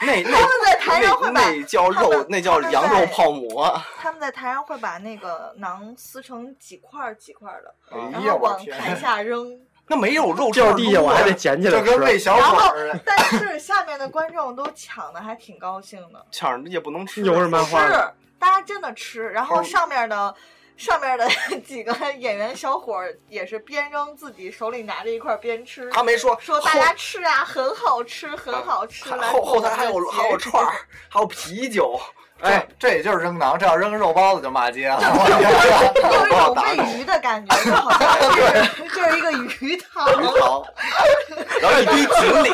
Speaker 8: 那那
Speaker 9: 他们在台上会
Speaker 8: 那
Speaker 9: 把
Speaker 8: 那叫
Speaker 9: 他们
Speaker 8: 肉，那叫
Speaker 9: 他们
Speaker 8: 羊肉
Speaker 9: 在
Speaker 8: 泡馍。
Speaker 9: 他们在台上会把那个馕撕成几块儿几块儿的，然
Speaker 2: 哎呀，
Speaker 9: 后
Speaker 2: 我
Speaker 9: 往
Speaker 2: 天，
Speaker 9: 台下扔。
Speaker 8: 那没有肉
Speaker 7: 掉地下我还得捡起来
Speaker 2: 就
Speaker 7: 吃
Speaker 2: 跟。喂小
Speaker 9: 然
Speaker 2: 狗
Speaker 9: 后
Speaker 2: 似的。，
Speaker 9: 但是下面的观众都抢的还挺高兴的，
Speaker 8: 抢着也不能吃。
Speaker 7: 有是漫
Speaker 9: 是
Speaker 7: 画的，
Speaker 9: 大家真的吃，然
Speaker 8: 哦
Speaker 9: 后上面的。上面的 几个演员小伙儿也是边扔自己手里拿着一块儿边吃，
Speaker 8: 他没说
Speaker 9: 说大家吃啊，很好吃，很好吃。
Speaker 8: 还
Speaker 9: 来
Speaker 8: 后
Speaker 9: 自
Speaker 8: 后
Speaker 9: 我
Speaker 8: 台还
Speaker 9: 们
Speaker 8: 有
Speaker 9: 的
Speaker 8: 还 有
Speaker 9: 节
Speaker 8: 串儿，还有啤酒。
Speaker 2: 哎
Speaker 8: 哎，，
Speaker 2: 这也就是扔馕，这要扔个肉包子就骂街了。
Speaker 9: 有一
Speaker 8: 把我
Speaker 9: 种
Speaker 8: 打
Speaker 9: 喂鱼的感觉，就好 像是 就是一个鱼汤，
Speaker 8: 鱼塘，然后一堆锦鲤，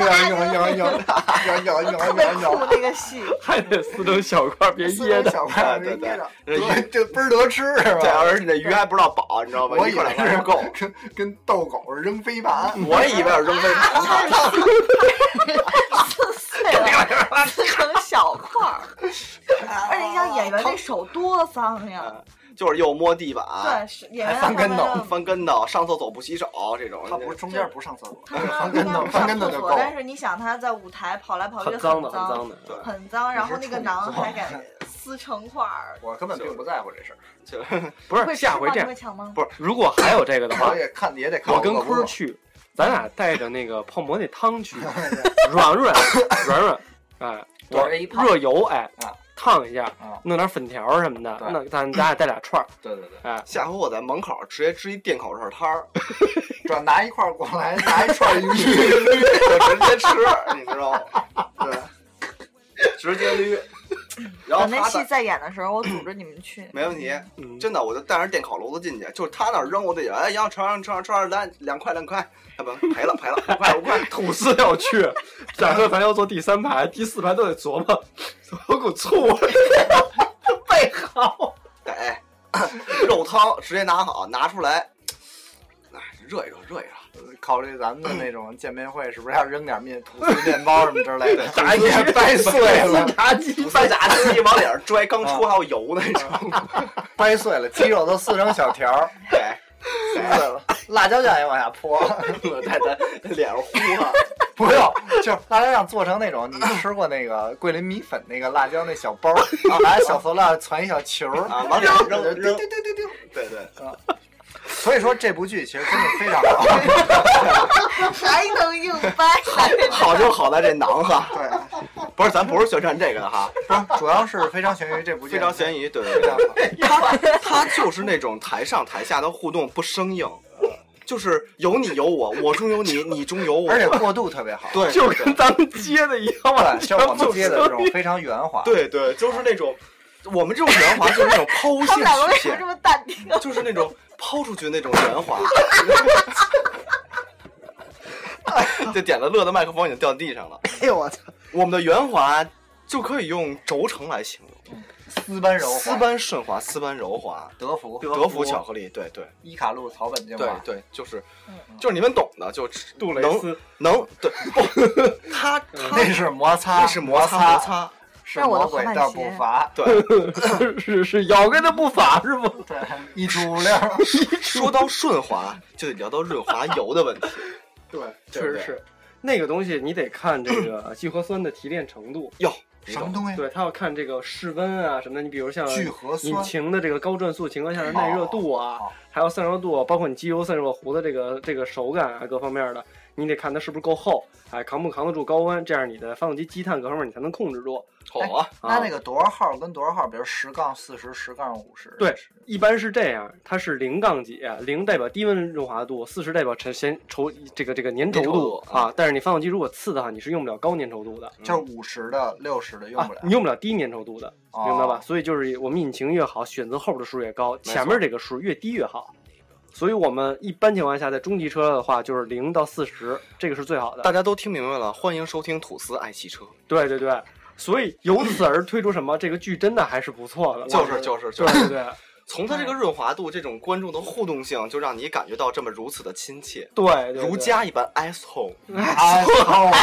Speaker 9: 对，
Speaker 2: 有有有有有有
Speaker 9: 特
Speaker 2: 有
Speaker 9: 别
Speaker 2: 有
Speaker 9: 酷
Speaker 2: 有，
Speaker 9: 那个
Speaker 8: 哎
Speaker 9: 戏。
Speaker 7: 还得撕成小块儿，别噎的。
Speaker 2: 小块没噎着，
Speaker 8: 对对
Speaker 2: 这倍儿得吃是
Speaker 8: 对，
Speaker 2: 吧？
Speaker 8: 而且那鱼还不知道饱，你知道吗？
Speaker 2: 我
Speaker 8: 一
Speaker 2: 以
Speaker 8: 块
Speaker 2: 为
Speaker 8: 两块
Speaker 2: 是
Speaker 8: 不 够。嗯
Speaker 2: 跟跟逗狗似的扔飞盘，
Speaker 8: 我也以为是扔飞盘呢。
Speaker 9: 碎
Speaker 8: 哎
Speaker 9: 了，撕成小块儿。而且你想演员那手多脏呀，
Speaker 8: 就是又摸地板，
Speaker 11: 对是演员
Speaker 8: 啊还翻跟
Speaker 11: 他们
Speaker 8: 头，
Speaker 11: 的
Speaker 8: 翻跟头，上厕所不洗手这种。他不是
Speaker 10: 中间不上厕所，
Speaker 8: 翻跟头，翻跟头就
Speaker 11: 厕
Speaker 8: 够
Speaker 11: 所，但
Speaker 8: 了。
Speaker 11: 是你想他在舞台跑来跑去
Speaker 8: 很
Speaker 11: 脏
Speaker 8: 脏的很脏的对
Speaker 11: 很脏，然后那个
Speaker 8: 那是
Speaker 11: 囊
Speaker 8: 处女座
Speaker 11: 还给撕成块儿，
Speaker 10: 我根本并不在乎这事儿。
Speaker 8: 就
Speaker 7: 不是下回这
Speaker 11: 会抢
Speaker 7: 样
Speaker 11: 吗，
Speaker 7: 不是如果还有这个的
Speaker 8: 哎
Speaker 7: 话，
Speaker 10: 我也看也得看
Speaker 7: 我跟
Speaker 10: 我
Speaker 7: 坤儿去，咱俩带着那个泡馍那汤 去，软软软软，哎，
Speaker 10: 多
Speaker 7: 我
Speaker 10: 人一泡
Speaker 7: 热油哎
Speaker 10: 啊，
Speaker 7: 烫一下
Speaker 10: 啊，
Speaker 7: 弄点粉条什么的，
Speaker 8: 对
Speaker 7: 那咱咱俩带俩串儿，
Speaker 10: 对对对，
Speaker 7: 哎，
Speaker 8: 下回我在门口直接支一电烤串摊儿，
Speaker 10: 主要拿一块儿过来，拿一串儿鱼，
Speaker 8: 就直接吃，你知道吗？对，直接捋。然后
Speaker 9: 等那
Speaker 8: 他
Speaker 9: 戏
Speaker 8: 带。
Speaker 9: 再演的时候，我组织你们去
Speaker 8: 没问题，真的，我就带着电烤炉子进去，就是他那儿扔我得，哎，杨吃上吃上吃上，来两块两块，他们赔了赔了，五块五块，
Speaker 7: 吐司要去，假设咱要坐第三排，第四排都得琢磨，有股醋，
Speaker 8: 备好，哎，肉汤直接拿好，拿出来，哎，热一热，热一热。
Speaker 10: 考虑咱们的那种见面会，是不是要扔点面吐司、面包什么之类的？
Speaker 8: 炸
Speaker 10: 鸡掰碎了，
Speaker 7: 炸鸡
Speaker 8: 掰炸鸡往脸上拽，刚出还有油呢，你知道吗？
Speaker 10: 掰碎了，鸡肉都撕成小条儿，
Speaker 8: 哎，
Speaker 10: 撕碎了，辣椒酱也往下泼，
Speaker 8: 在他脸上呼啊，
Speaker 10: 不用，就是辣椒酱做成那种，你吃过那个桂林米粉那个辣椒那小包儿，然后拿小塑料攒一小球儿
Speaker 8: 啊，往脸上扔
Speaker 10: 对
Speaker 8: 扔
Speaker 10: 对，对对对，
Speaker 8: 对对，
Speaker 10: 所以说这部剧其实真的非常好，
Speaker 11: 还能硬掰，
Speaker 8: 好就好在这囊哈，
Speaker 10: 对，
Speaker 8: 不是，咱不是宣传这个的哈，
Speaker 10: 不是，主要是非常悬疑这部剧，
Speaker 8: 非常
Speaker 10: 疑，
Speaker 8: 咸鱼，对对对，他他就是那种台上台下的互动不生硬，就是有你有我，我中有你，你中有我，
Speaker 10: 而且过渡特别好，
Speaker 8: 对，
Speaker 7: 就
Speaker 8: 对
Speaker 7: 跟咱们接的一样，
Speaker 10: 对，像我们接的这
Speaker 7: 不
Speaker 10: 种
Speaker 7: 生
Speaker 10: 非常圆滑，
Speaker 8: 对对，就是那种我们这种圆滑就是那种抛
Speaker 11: 他们两个
Speaker 8: 线
Speaker 11: 为
Speaker 8: 曲
Speaker 11: 什么
Speaker 8: 线
Speaker 11: 这，么淡定？
Speaker 8: 就是那种抛出去那种圆滑。这点子乐的麦克风已经掉地上了。
Speaker 10: 哎呦我操，
Speaker 8: 我们的圆滑就可以用轴承来形容，
Speaker 10: 丝般柔滑，
Speaker 8: 丝般顺滑，丝般柔滑，
Speaker 10: 德芙，
Speaker 8: 德芙巧克力，对对
Speaker 10: 伊卡路草本精
Speaker 8: 对
Speaker 10: 华，
Speaker 8: 对，就是就是你们懂的，就
Speaker 7: 杜蕾
Speaker 8: 能
Speaker 7: 斯
Speaker 8: 能对，不，他
Speaker 10: 那
Speaker 8: 他
Speaker 10: 是摩擦，
Speaker 8: 那是摩
Speaker 10: 摩
Speaker 8: 擦摩，擦，
Speaker 10: 是
Speaker 9: 那我的
Speaker 10: 魔鬼
Speaker 9: 滑板
Speaker 10: 的
Speaker 9: 鞋
Speaker 10: 步伐，
Speaker 8: 对。
Speaker 7: 是是是咬根的步伐是吗？
Speaker 10: 对，一出溜儿，
Speaker 8: 说到顺滑，就得聊到润滑油的问题。
Speaker 7: 对，确
Speaker 8: 对不对
Speaker 7: 实是那个东西，你得看这个聚合酸的提炼程度。
Speaker 8: 哟，你
Speaker 10: 什么
Speaker 8: 懂
Speaker 10: 东西？
Speaker 7: 对，它要看这个室温啊什么的。你比如像
Speaker 10: 聚合酸
Speaker 7: 引擎的这个高转速情况下的耐热度啊，
Speaker 10: 哦
Speaker 7: 还有散热度，包括你机油散热壶的这个这个手感啊，各方面的，你得看它是不是够厚，哎，扛不扛得住高温，这样你的发动机积碳各方面你才能控制住。
Speaker 8: 好啊，
Speaker 10: 哎那那个多少号跟多少号，比如十杠四十、十杠五十，
Speaker 7: 对，一般是这样，它是零杠几，啊零代表低温润滑度，四十代表沉咸稠这个这个粘稠
Speaker 8: 粘稠
Speaker 7: 度
Speaker 8: 度
Speaker 10: 嗯
Speaker 7: 啊。但是你发动机如果次的话，你是用不了高粘稠度的。
Speaker 10: 就是五十的、六十的用
Speaker 7: 啊
Speaker 10: 不了，，
Speaker 7: 你用不了低粘稠度的，
Speaker 10: 哦
Speaker 7: 明 白吧？所以就是我们引擎越好，选择后边的数越高，
Speaker 8: 错
Speaker 7: 前面这个数越低越好。所以我们一般情况下，在中级车的话，就是零到四十，这个是最好
Speaker 8: 大
Speaker 7: 的。
Speaker 8: 家都听明白了，欢迎收听吐司爱汽车。
Speaker 7: 对对对，所以由此而推出什么？这个剧真的还是不错的，
Speaker 8: 就是就是就
Speaker 7: 对
Speaker 8: 是，
Speaker 7: 对对
Speaker 8: 从它这个润滑度、这种观众的互动性，就让你感觉到这么如此的亲切，
Speaker 7: 对，对
Speaker 8: 如。家一般 asshole，
Speaker 10: 哎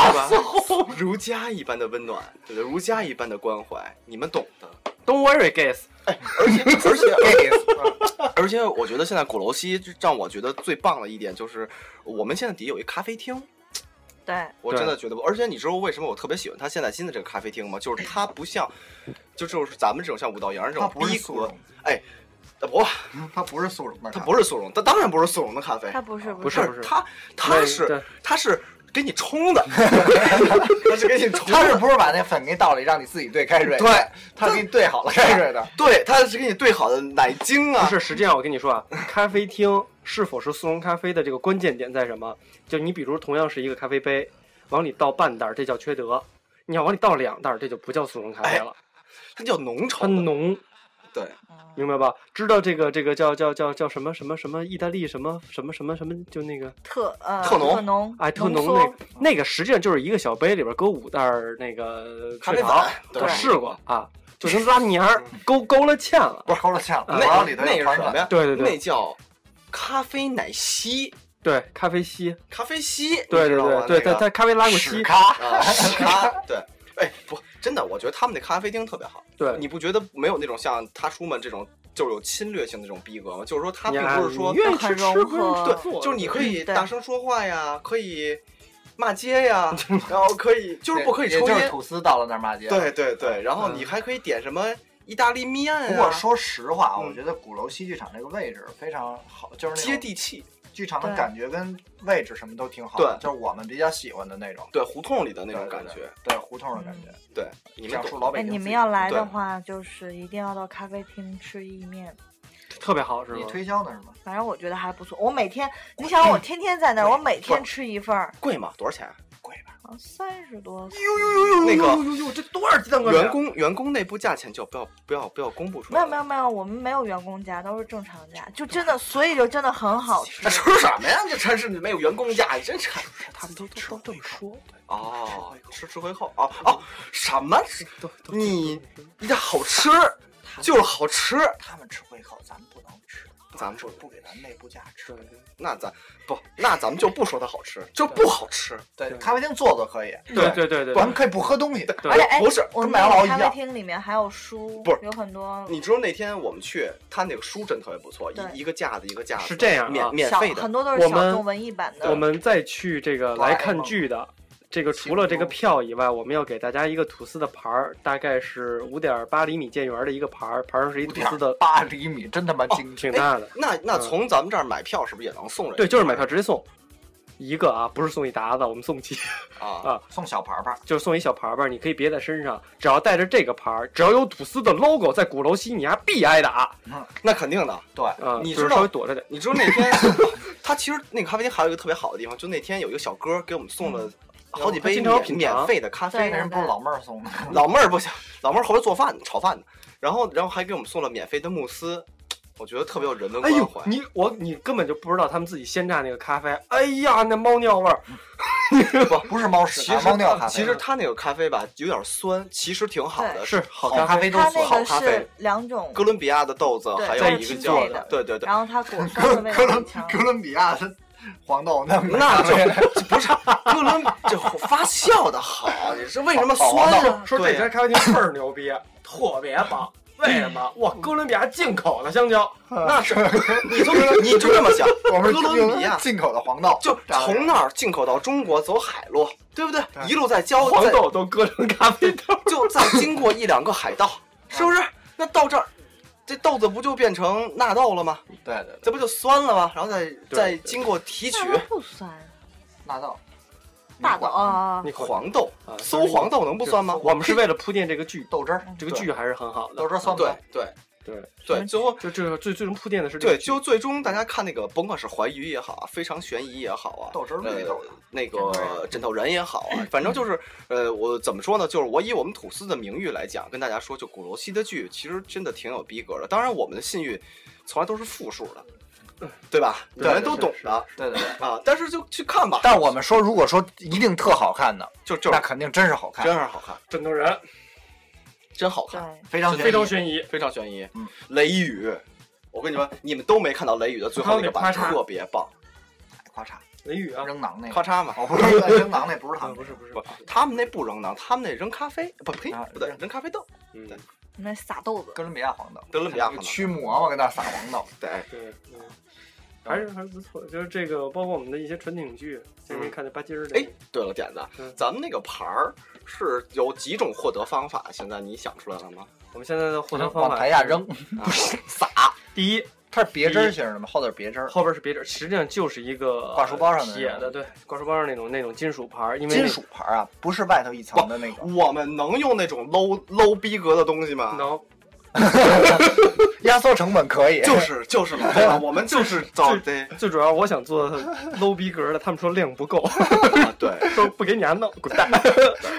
Speaker 8: 对吧？如家一般的温暖，对对，如家一般的关怀，你们懂的。
Speaker 7: Don't worry, guys。
Speaker 8: 而且而且
Speaker 10: 这个意思嗯
Speaker 8: 而且，我觉得现在鼓楼西让我觉得最棒的一点就是，我们现在底下有一咖啡厅，
Speaker 9: 对，
Speaker 8: 我真的觉得不，而且你知道为什么我特别喜欢它现在新的这个咖啡厅吗？就是它不像，就就是咱们这种像五道营这
Speaker 10: 它
Speaker 8: 种
Speaker 10: 不是
Speaker 8: 逼
Speaker 10: 速
Speaker 8: 格
Speaker 10: 溶，，
Speaker 8: 哎，呃不，
Speaker 10: 它不是速溶的，
Speaker 8: 它不是速溶，它当然不是速溶的咖啡
Speaker 9: 他，不是
Speaker 7: 不
Speaker 9: 不
Speaker 7: 是不是
Speaker 8: 它
Speaker 7: 那
Speaker 8: 它
Speaker 7: 对
Speaker 8: 是啊它是给你冲 的，它是给你冲
Speaker 10: 它是
Speaker 8: 的，
Speaker 10: 不是把那粉给倒了，让你自己兑开水？
Speaker 8: 对，
Speaker 10: 它给你兑好了开水的。
Speaker 8: 对，它是给你兑好的奶精啊，
Speaker 7: 不是，实际上我跟你说啊，咖啡厅是否是速溶咖啡的这个关键点在什么？就你比如同样是一个咖啡杯，往里倒半袋儿，这叫缺德；你要往里倒两袋儿，这就不叫速溶咖
Speaker 8: 哎
Speaker 7: 啡了，
Speaker 8: 它叫浓
Speaker 7: 它
Speaker 8: 稠的，
Speaker 7: 浓，
Speaker 8: 对，
Speaker 7: 明白吧？知道这个这个叫叫叫叫什么什么什么意大利什么什么什么什么，就那个
Speaker 9: 特呃
Speaker 8: 特浓
Speaker 9: 特浓
Speaker 7: 哎特
Speaker 9: 浓
Speaker 7: 浓
Speaker 9: 缩
Speaker 7: 那个那个，实际上就是一个小杯里边搁五袋儿那个
Speaker 8: 咖
Speaker 7: 雀
Speaker 8: 啡粉
Speaker 7: 巢，
Speaker 8: 对
Speaker 7: 我试过啊，就跟拉泥儿勾勾了芡了，
Speaker 10: 不是，抠了芡了，
Speaker 7: 啊
Speaker 10: 我要
Speaker 8: 那
Speaker 10: 里头
Speaker 8: 那
Speaker 10: 有
Speaker 8: 是
Speaker 10: 传
Speaker 8: 什么
Speaker 10: 粉。
Speaker 8: 呀？
Speaker 7: 对对对
Speaker 8: 那叫咖啡奶昔，
Speaker 7: 对，咖啡稀，
Speaker 8: 咖啡昔，
Speaker 7: 对
Speaker 8: 你
Speaker 7: 对
Speaker 8: 知道吗
Speaker 7: 对对，
Speaker 8: 那
Speaker 7: 它
Speaker 8: 个
Speaker 7: 它咖啡拉过稀
Speaker 10: 屎，咖，
Speaker 8: 啊，是咖，对。哎，不，真的，我觉得他们那咖啡厅特别好。
Speaker 7: 对
Speaker 8: 你不觉得没有那种像他叔们这种就是有侵略性的这种逼格吗？就是说他
Speaker 7: 你
Speaker 8: 并
Speaker 7: 啊
Speaker 8: 不是说
Speaker 7: 你愿意吃很融吃不是合
Speaker 8: 对，就是你可以大声说话呀，可以骂街 呀，然后可以就是不可以
Speaker 10: 也
Speaker 8: 抽
Speaker 10: 就是
Speaker 8: 烟。
Speaker 10: 吐司到了那儿骂街。
Speaker 8: 对对对，然后你还可以点什么意大利面啊？
Speaker 10: 不过说实话啊，我觉得鼓楼西剧场这个位置非常好，就是接
Speaker 8: 地气，
Speaker 10: 剧场的
Speaker 8: 对
Speaker 10: 感觉跟位置什么都挺好，
Speaker 8: 对
Speaker 10: 就是我们比较喜欢的那种，嗯
Speaker 8: 对胡同里的那种
Speaker 10: 对对
Speaker 8: 感觉
Speaker 10: 对对胡同的感觉，
Speaker 8: 对，你们
Speaker 10: 讲述
Speaker 8: 懂
Speaker 10: 老北
Speaker 9: 哎，
Speaker 10: 京
Speaker 9: 你
Speaker 10: 自己，
Speaker 9: 们要来的
Speaker 10: 对
Speaker 9: 话，就是一定要到咖啡厅吃意面。
Speaker 7: 特别好是吗？
Speaker 10: 你推销的是吗？
Speaker 9: 反正我觉得还不错。我每天，你想我天天在那儿，我每天吃一份儿，
Speaker 8: 贵吗？多少钱啊？
Speaker 9: 三十多。
Speaker 8: 那个
Speaker 7: 这多少鸡蛋
Speaker 8: 员工员工内部价钱就不要不要不要公布出
Speaker 9: 没
Speaker 8: 来。
Speaker 9: 有没有没有，我们没有员工价，都是正常价，就真的，所以就真的很好吃。
Speaker 8: 吃什么呀？这真是没有员工价，你真是他们都都都说哦，吃吃回扣哦哦，什么？你你这好吃就是好吃，
Speaker 10: 他们吃胃口，咱们不能吃，
Speaker 8: 咱们说
Speaker 10: 不给咱内部价吃。
Speaker 8: 那咱不那咱们就不说它好吃，就不好吃。
Speaker 10: 对，咖啡厅坐坐可以，
Speaker 8: 对对对对
Speaker 10: 咱们可以不喝东西，
Speaker 9: 而且哎，
Speaker 8: 不是
Speaker 9: 我
Speaker 8: 跟
Speaker 9: 们
Speaker 8: 麦
Speaker 9: 那
Speaker 8: 当劳
Speaker 9: 个
Speaker 8: 一
Speaker 9: 咖啡
Speaker 8: 样。
Speaker 9: 厅里面还有书，
Speaker 8: 不是
Speaker 9: 有很多
Speaker 8: 你知道那天我们去，他那个书真特别不错，
Speaker 9: 对
Speaker 8: 一一个架子一个架子，
Speaker 7: 是这样啊
Speaker 8: 免免
Speaker 9: 小
Speaker 8: 费的，
Speaker 9: 很多都
Speaker 7: 我
Speaker 9: 是小
Speaker 7: 们
Speaker 9: 众文艺版的。
Speaker 7: 我们再去这个来看剧的，这个除了这个票以外，我们要给大家一个吐司的牌儿，大概是五点八厘米见圆的一个牌儿，牌上是一吐司的哦
Speaker 10: 八厘米，真他妈精
Speaker 7: 挺大的
Speaker 8: 哎。那那
Speaker 7: 嗯
Speaker 8: 从咱们这儿买票是不是也能送人？
Speaker 7: 对，就是买票直接送一个啊，不是送一沓子，我们送齐
Speaker 8: 啊
Speaker 10: 送小牌牌，
Speaker 7: 就是送一小牌牌，你可以别在身上，只要带着这个牌儿，只要有吐司的 logo 在鼓楼西，你丫必挨打。
Speaker 8: 那肯定的。
Speaker 10: 对，
Speaker 7: 嗯，
Speaker 8: 你
Speaker 7: 就是
Speaker 8: 知道
Speaker 7: 稍微躲着点。
Speaker 8: 你知道那天，他其实那个咖啡厅还有一个特别好的地方，就那天有一个小哥给我们送
Speaker 9: 嗯
Speaker 8: 了好几杯
Speaker 10: 经常有
Speaker 8: 免
Speaker 10: 品
Speaker 8: 免
Speaker 10: 尝
Speaker 8: 费的咖啡，
Speaker 10: 对那人不是老妹儿送的，
Speaker 8: 老妹儿不行，老妹儿后来做饭炒饭的，然后然后还给我们送了免费的慕斯，我觉得特别有人文
Speaker 7: 哎
Speaker 8: 关
Speaker 7: 呦
Speaker 8: 怀，。
Speaker 7: 你我你根本就不知道他们自己鲜榨那个咖啡，哎呀，那猫尿味儿，
Speaker 10: 不不是猫
Speaker 8: 其
Speaker 10: 屎，
Speaker 8: 实
Speaker 10: 猫尿咖啡，
Speaker 8: 其实他那个咖啡吧有点酸，其实挺好的，
Speaker 9: 对
Speaker 7: 是好
Speaker 8: 咖啡
Speaker 9: 它
Speaker 8: 好
Speaker 9: 那个
Speaker 8: 咖
Speaker 9: 是
Speaker 8: 啡。
Speaker 9: 两种
Speaker 8: 哥，伦比亚的豆子，
Speaker 9: 对
Speaker 8: 还
Speaker 9: 在
Speaker 8: 有
Speaker 9: 一
Speaker 8: 一个
Speaker 9: 起
Speaker 8: 叫
Speaker 9: 做的
Speaker 8: 对对对，
Speaker 9: 然后它果酸的味道很强。
Speaker 10: 哥伦比亚的黄豆哦那么
Speaker 8: 那就不是哥伦这发酵的好，你是为什么酸啊？
Speaker 7: 说这
Speaker 8: 对呀
Speaker 7: 家咖啡厅倍儿牛逼，特别棒。为什么？哇，哥伦比亚进口的香蕉，那是
Speaker 8: 你就你就这么想，
Speaker 10: 我们
Speaker 8: 哥伦比亚
Speaker 10: 进口的黄豆，
Speaker 8: 就从那儿进口到中国，走海路，对不对？一路在交
Speaker 7: 黄豆都割成咖啡豆，
Speaker 8: 就再经过一两个海盗，是不是？那到这儿，这豆子不就变成纳豆了吗？
Speaker 10: 对对
Speaker 8: 这不就酸了吗？然后再再经过提取
Speaker 9: 那它不酸，
Speaker 10: 纳豆，
Speaker 9: 大豆啊，
Speaker 7: 你
Speaker 8: 黄豆
Speaker 7: 啊，
Speaker 8: 馊黄豆能不酸吗？
Speaker 7: 我们是为了铺垫这个剧，
Speaker 10: 豆汁儿，
Speaker 7: 这个剧还是很好的。
Speaker 10: 豆汁儿酸不
Speaker 8: 对
Speaker 10: 酸？
Speaker 8: 对
Speaker 7: 对
Speaker 8: 对，最后
Speaker 7: 就这个最最终铺垫的是这个
Speaker 8: 对，
Speaker 7: 剧
Speaker 8: 就最终大家看那个，甭管是怀疑也好啊，非常悬疑也好啊，
Speaker 10: 豆汁儿绿豆
Speaker 8: 呃，那个枕头人也好啊，反正就是呃，我怎么说呢？就是我以我们吐司的名誉来讲，跟大家说，就鼓楼西的剧其实真的挺有逼格的。当然，我们的信誉从来都是负数的，对吧？你
Speaker 10: 对
Speaker 8: 们都懂的
Speaker 10: 对对对。
Speaker 8: 啊。但是就去看吧，
Speaker 10: 但我们说，如果说一定特好看的，
Speaker 8: 就就
Speaker 10: 那肯定真是好看，
Speaker 8: 真是好看，
Speaker 7: 枕头人
Speaker 8: 真好看，
Speaker 9: 对，
Speaker 10: 非常
Speaker 7: 非常
Speaker 10: 悬疑
Speaker 7: 悬疑，
Speaker 8: 非常悬疑。
Speaker 10: 嗯，
Speaker 8: 雷雨，我跟你们，你们都没看到雷雨的最后那个版，
Speaker 7: 我看到那咔嚓
Speaker 8: 特别棒，
Speaker 10: 咔嚓
Speaker 7: 雷雨啊，
Speaker 10: 扔囊那个，
Speaker 8: 咔嚓嘛。
Speaker 10: 哦，不是扔囊那不是他们，
Speaker 7: 不是不是
Speaker 8: 不，他们那不扔馕，他们那扔咖啡，不呸
Speaker 10: 啊，
Speaker 8: 不对
Speaker 10: 扔，
Speaker 8: 扔咖啡豆。
Speaker 7: 嗯
Speaker 8: 对
Speaker 9: 那撒豆子。
Speaker 10: 哥伦比亚黄豆，
Speaker 8: 哥伦比亚黄豆
Speaker 10: 驱魔嘛，跟那撒黄豆，
Speaker 8: 对，
Speaker 7: 对，嗯还是还是不错。就是这个，包括我们的一些传统剧，前面看那巴金儿的，
Speaker 8: 哎，对了，点子
Speaker 7: 嗯，
Speaker 8: 咱们那个牌儿是有几种获得方法？现在你想出来了 吗？
Speaker 7: 我们现在的获得方
Speaker 10: 往
Speaker 7: 法
Speaker 10: 台下扔，
Speaker 8: 啊，撒
Speaker 7: 第一，
Speaker 10: 它是别针型的嘛，后头是别针儿，
Speaker 7: 后边是别针，实际上就是一个
Speaker 10: 挂书包上的那种
Speaker 7: 写的，对，挂书包上那种那种金属牌儿，因为
Speaker 10: 金属牌啊，不是外头一层的那个，
Speaker 8: 我们能用那种 low low 逼格的东西
Speaker 10: 啊
Speaker 8: 吗？
Speaker 7: 那能
Speaker 10: 压缩成本可以，
Speaker 8: 就是就是嘛， 对吧？我们就是走
Speaker 7: 最
Speaker 8: 对
Speaker 7: 最主要，我想做 low 逼格的，他们说量不够，
Speaker 10: 啊
Speaker 8: 对，
Speaker 7: 说不给你丫弄，滚蛋。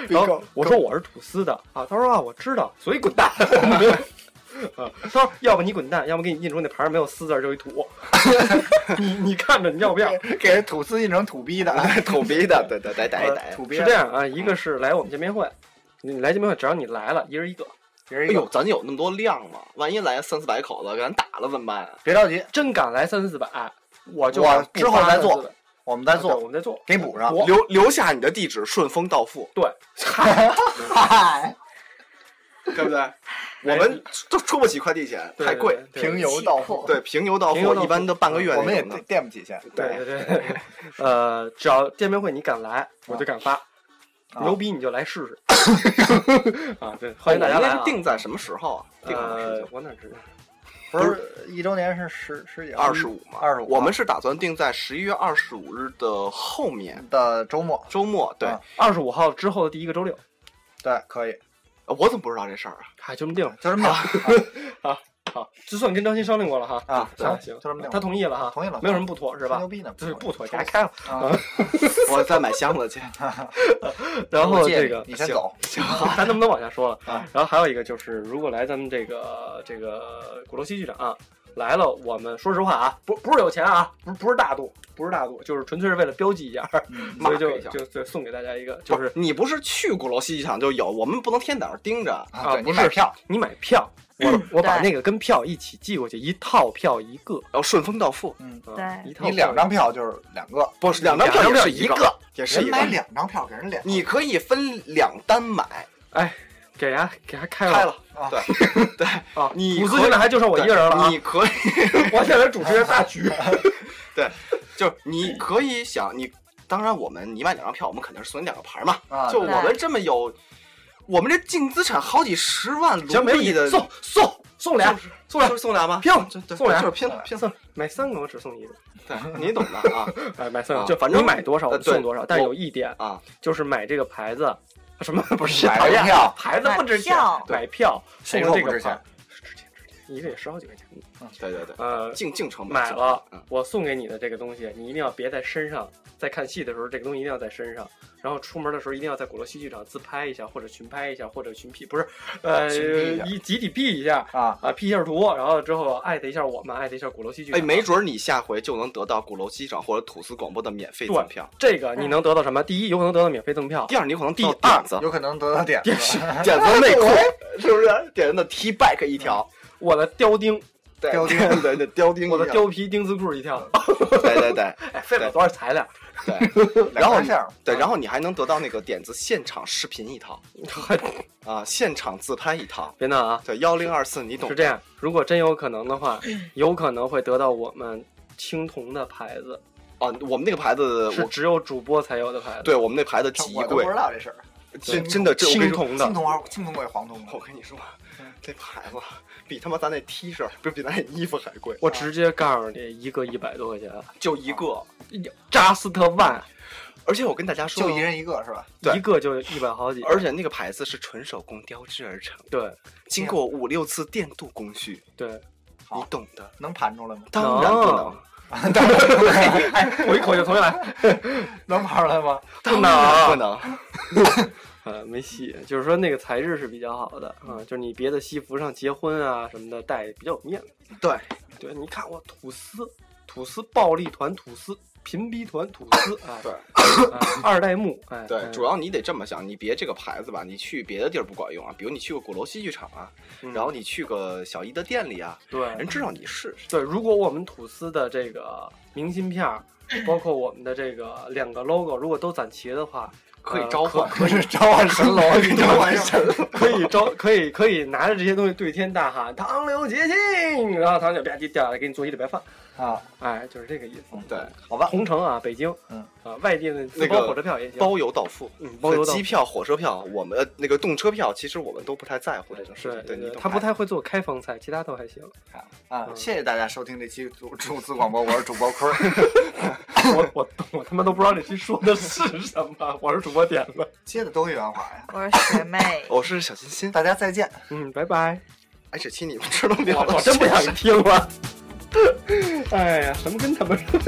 Speaker 7: 然后我说我是吐司的啊，他说啊我知道，所以滚蛋。 啊，他说要不你滚蛋，要么给你印出那牌儿没有撕字儿就一土， 你你看着你要不要？
Speaker 10: 给人吐司印成土逼的，啊
Speaker 8: 土逼的，对对对对
Speaker 7: 呃
Speaker 8: 对
Speaker 10: 土。逼
Speaker 7: 是这样啊，一个是来我们见面会，你来见面会，只要你来了，一人一个，
Speaker 10: 别人
Speaker 8: 哎
Speaker 10: 一
Speaker 8: 呦
Speaker 10: 个，，
Speaker 8: 咱有那么多量吗？万一来三四百口子给咱打了怎么办啊？
Speaker 10: 别着急，
Speaker 7: 真敢来三四百，我就
Speaker 10: 我
Speaker 7: 不
Speaker 10: 之后
Speaker 7: 发
Speaker 10: 再
Speaker 7: 三
Speaker 10: 做
Speaker 7: 四百
Speaker 10: 我们再
Speaker 7: 对我
Speaker 10: 做，
Speaker 7: 们再做。
Speaker 10: 给补
Speaker 8: 啊
Speaker 10: 上，
Speaker 8: 留留下你的地址，顺丰到付。
Speaker 7: 对，
Speaker 10: 嗨
Speaker 8: 对不对？我
Speaker 7: 哎
Speaker 8: 们都出不起快递钱，
Speaker 10: 对
Speaker 8: 太贵，
Speaker 10: 对对平邮到货
Speaker 8: 对， 平邮到
Speaker 7: 平邮
Speaker 8: 货
Speaker 7: 到货
Speaker 8: 一般都半个月那
Speaker 7: 我
Speaker 8: 种
Speaker 7: 们
Speaker 8: 的，
Speaker 7: 也
Speaker 10: 垫不起钱。
Speaker 7: 对对对，呃，只要见面会你敢来，我就敢发。牛逼你就来试试啊！对，欢迎大家来、
Speaker 8: 我们那是定在什么时候啊？定好时
Speaker 7: 呃
Speaker 8: 间，
Speaker 7: 我哪知道？
Speaker 10: 不是一周年是十十几
Speaker 8: 二十五嘛，
Speaker 10: 二十五。
Speaker 8: 我们是打算定在十一月二十五日的后面
Speaker 10: 的周末，
Speaker 8: 周末对，
Speaker 7: 二十五号之后的第一个周六。
Speaker 10: 对，可以。
Speaker 8: 我怎么不知道这事儿啊？
Speaker 7: 嗨，就这么定了，
Speaker 10: 就这么
Speaker 7: 定。啊，好，就算跟张鑫商量过了哈。
Speaker 10: 啊
Speaker 8: 对
Speaker 7: 行行，
Speaker 8: 就这么定了
Speaker 7: 他同意了哈，
Speaker 8: 同意了
Speaker 7: 没有什么不妥是吧？
Speaker 8: 吹牛逼呢
Speaker 7: 对，不妥，给他开了。
Speaker 10: 啊
Speaker 8: 我再买箱子去。
Speaker 7: 然后
Speaker 8: 我借
Speaker 7: 这个
Speaker 8: 你你先走
Speaker 7: 行，行 咱能不能往下说了？
Speaker 8: 啊
Speaker 7: 然后还有一个就是，如果来咱们这个这个鼓楼西剧场、来了，我们说实话啊，不不是有钱啊，不是不是大度，不是大度，就是纯粹是为了标记一下， 所以就
Speaker 8: 嗯一下
Speaker 7: 就就送给大家一个，就是
Speaker 8: 你不是去鼓楼戏剧场就有，我们不能天天在那儿盯着
Speaker 7: 啊，不是，你买票，我我把那个跟票一起寄过去，一套票一个，啊
Speaker 8: 然后顺丰到付，
Speaker 10: 嗯，
Speaker 8: 对
Speaker 7: 一套
Speaker 10: 你两张票就是两个，
Speaker 8: 不是两张票也是一个，也是一
Speaker 10: 人
Speaker 8: 个
Speaker 10: 买。两张票给人两，
Speaker 8: 你可以分两单买，
Speaker 7: 哎，给啊给他开
Speaker 8: 开
Speaker 7: 了
Speaker 8: 了，对 对
Speaker 7: 啊，
Speaker 8: 你
Speaker 7: 伍
Speaker 8: 可
Speaker 7: 兹
Speaker 8: 以
Speaker 7: 现在还就剩我一人了啊，
Speaker 8: 对你可以，
Speaker 7: 我现在主持人 大局，
Speaker 8: 对，就是你可以想你，当然我们你买两张票，我们肯定是送你两个牌嘛，
Speaker 10: 啊
Speaker 8: 就
Speaker 10: 对
Speaker 8: 我们这么有，我们这净资产好几十万
Speaker 7: 行
Speaker 8: 卢
Speaker 7: 没问
Speaker 8: 币
Speaker 7: 题
Speaker 8: 的，
Speaker 7: 送送送俩
Speaker 8: 就是
Speaker 7: 送俩
Speaker 8: 就是送俩吗？
Speaker 7: 拼
Speaker 8: 就对
Speaker 7: 送俩
Speaker 8: 就是拼拼
Speaker 7: 送，买三个我只送一个。
Speaker 8: 对，你懂的 啊，
Speaker 7: 哎，买三个
Speaker 8: 啊
Speaker 7: 就
Speaker 8: 反正
Speaker 7: 你买多少
Speaker 8: 呃
Speaker 7: 我
Speaker 8: 对
Speaker 7: 送多少，但是
Speaker 8: 我
Speaker 7: 有一点
Speaker 8: 啊，
Speaker 7: 就是买这个牌子什么不是
Speaker 10: 买
Speaker 7: 讨厌
Speaker 10: 票
Speaker 7: 牌子不值钱
Speaker 9: 买票，
Speaker 7: 买票送
Speaker 10: 谁
Speaker 7: 了
Speaker 10: 说
Speaker 7: 这
Speaker 10: 不
Speaker 7: 个
Speaker 10: 值钱
Speaker 7: 牌，？一个也十好几块钱。
Speaker 8: 对对对，
Speaker 7: 呃，
Speaker 8: 净净成本
Speaker 7: 买
Speaker 8: 净
Speaker 7: 了，我送给你的这个东西，你一定要别在身上，在看戏的时候，这个东西一定要在身上。然后出门的时候，一定要在鼓楼西剧场自拍一下，或者群拍一下，或者群 P，不是，呃，
Speaker 8: 群 P 一下
Speaker 7: 一集体 P 一下
Speaker 10: 啊
Speaker 7: 啊，P 一下图，然后之后艾特一下我们，艾特一下鼓楼西剧场。
Speaker 8: 哎，没准儿你下回就能得到鼓楼机场或者吐司广播的免费
Speaker 7: 对
Speaker 8: 赠票。
Speaker 7: 这个你能得到什么？第一，有可能得到免费赠 票；
Speaker 8: 第二，你可能
Speaker 7: 第
Speaker 8: 到
Speaker 7: 二
Speaker 8: 点 子，
Speaker 10: 有可能得到点子
Speaker 8: 点子点子内裤，是不是？点子的 T back 一条，
Speaker 7: 我的貂钉，
Speaker 8: 对
Speaker 10: 貂钉
Speaker 8: 对对对，貂钉一嗯条，
Speaker 7: 我的貂皮钉子裤一条，
Speaker 8: 对对对
Speaker 7: 哎，费不了多少材料，
Speaker 8: 对，然后
Speaker 10: 两条线儿
Speaker 8: 对，然后你还能得到那个点子现场视频一套啊，现场自拍一套，
Speaker 7: 别闹啊！
Speaker 8: 对，幺零二四你懂
Speaker 7: 是这样，如果真有可能的话，有可能会得到我们青铜的牌子，
Speaker 8: 啊？我们那个牌子，
Speaker 7: 是
Speaker 8: 我
Speaker 7: 只有主播才有的牌子。
Speaker 8: 对我们那牌子极
Speaker 10: 我都
Speaker 8: 贵
Speaker 10: 不，知道这事儿。
Speaker 8: 真真的，这我跟
Speaker 7: 青
Speaker 8: 你说，
Speaker 7: 铜的
Speaker 10: 青，铜还青铜贵，黄铜
Speaker 8: 我
Speaker 10: 贵。
Speaker 8: 跟你说，这牌子比他妈咱那 T 恤，不是比咱那衣服还贵，啊
Speaker 7: 我直接告诉你，一个一百多块钱
Speaker 8: 就一个。
Speaker 7: ，just one，
Speaker 8: 而且我跟大家说，
Speaker 10: 就一人一个是吧？
Speaker 8: 对
Speaker 7: 一个就一百好几。
Speaker 8: 而且那个牌子是纯手工雕制而成，
Speaker 7: 对
Speaker 8: 经过五六次电镀工序，
Speaker 7: 对，
Speaker 10: 好
Speaker 8: 你懂的。
Speaker 10: 能盘出来吗？
Speaker 8: 当然不能
Speaker 7: 能， 哎，我一口就重新来。
Speaker 10: 能盘出来吗？
Speaker 8: 然
Speaker 7: 不能
Speaker 8: 不啊能。
Speaker 7: 呃，没戏，就是说那个材质是比较好的啊、就是你别的西服上结婚啊什么的戴比较有面子。
Speaker 8: 对，
Speaker 7: 对，你看我吐司，吐司暴力团吐司，贫逼团吐司，哎，
Speaker 8: 对
Speaker 7: 哎二代目，哎，
Speaker 8: 对
Speaker 7: 哎，
Speaker 8: 主要你得这么想，你别这个牌子吧，你去别的地儿不管用啊，比如你去个鼓楼戏剧场啊，
Speaker 7: 嗯
Speaker 8: 然后你去个小姨的店里啊，人
Speaker 7: 对
Speaker 8: 知道你是谁。
Speaker 7: 对，如果我们吐司的这个明信片儿，包括我们的这个两个 logo，如果都攒齐的话，
Speaker 8: 可以
Speaker 7: 呃
Speaker 8: 召唤
Speaker 7: 可可以
Speaker 10: 召唤神龙，你召唤神龙。
Speaker 7: 可以招，可以可以拿着这些东西对天大喊“唐刘节庆”，然后唐就吧唧掉下来给你做一礼拜饭，
Speaker 8: 嗯
Speaker 10: 啊，
Speaker 7: 哎，就是这个意思。
Speaker 8: 对，
Speaker 10: 好吧，
Speaker 7: 同城啊，北京，
Speaker 10: 嗯
Speaker 7: 啊，外地的
Speaker 8: 那
Speaker 7: 自包
Speaker 8: 个
Speaker 7: 火车票也行，
Speaker 8: 包邮到付，
Speaker 7: 嗯包邮到付
Speaker 8: 机票、火车票，我们呃那个动车票，其实我们都不太在乎这种事
Speaker 7: 对
Speaker 8: 情。对，你懂
Speaker 7: 他不
Speaker 8: 的
Speaker 7: 太会做开封菜，其他都还行。
Speaker 10: 啊，谢谢大家收听这期主主次广播，我是主播坤儿。
Speaker 7: 我我我他妈都不知道这期说的是什么， 我是主播点子。
Speaker 10: 接的多圆滑呀！
Speaker 9: 我是学妹，
Speaker 8: 我是小欣欣，
Speaker 10: 大家再见。
Speaker 7: 嗯，拜拜。
Speaker 8: 哎，这期你们知道吗？
Speaker 7: 我我真不想听了。哎呀，什么跟他们说？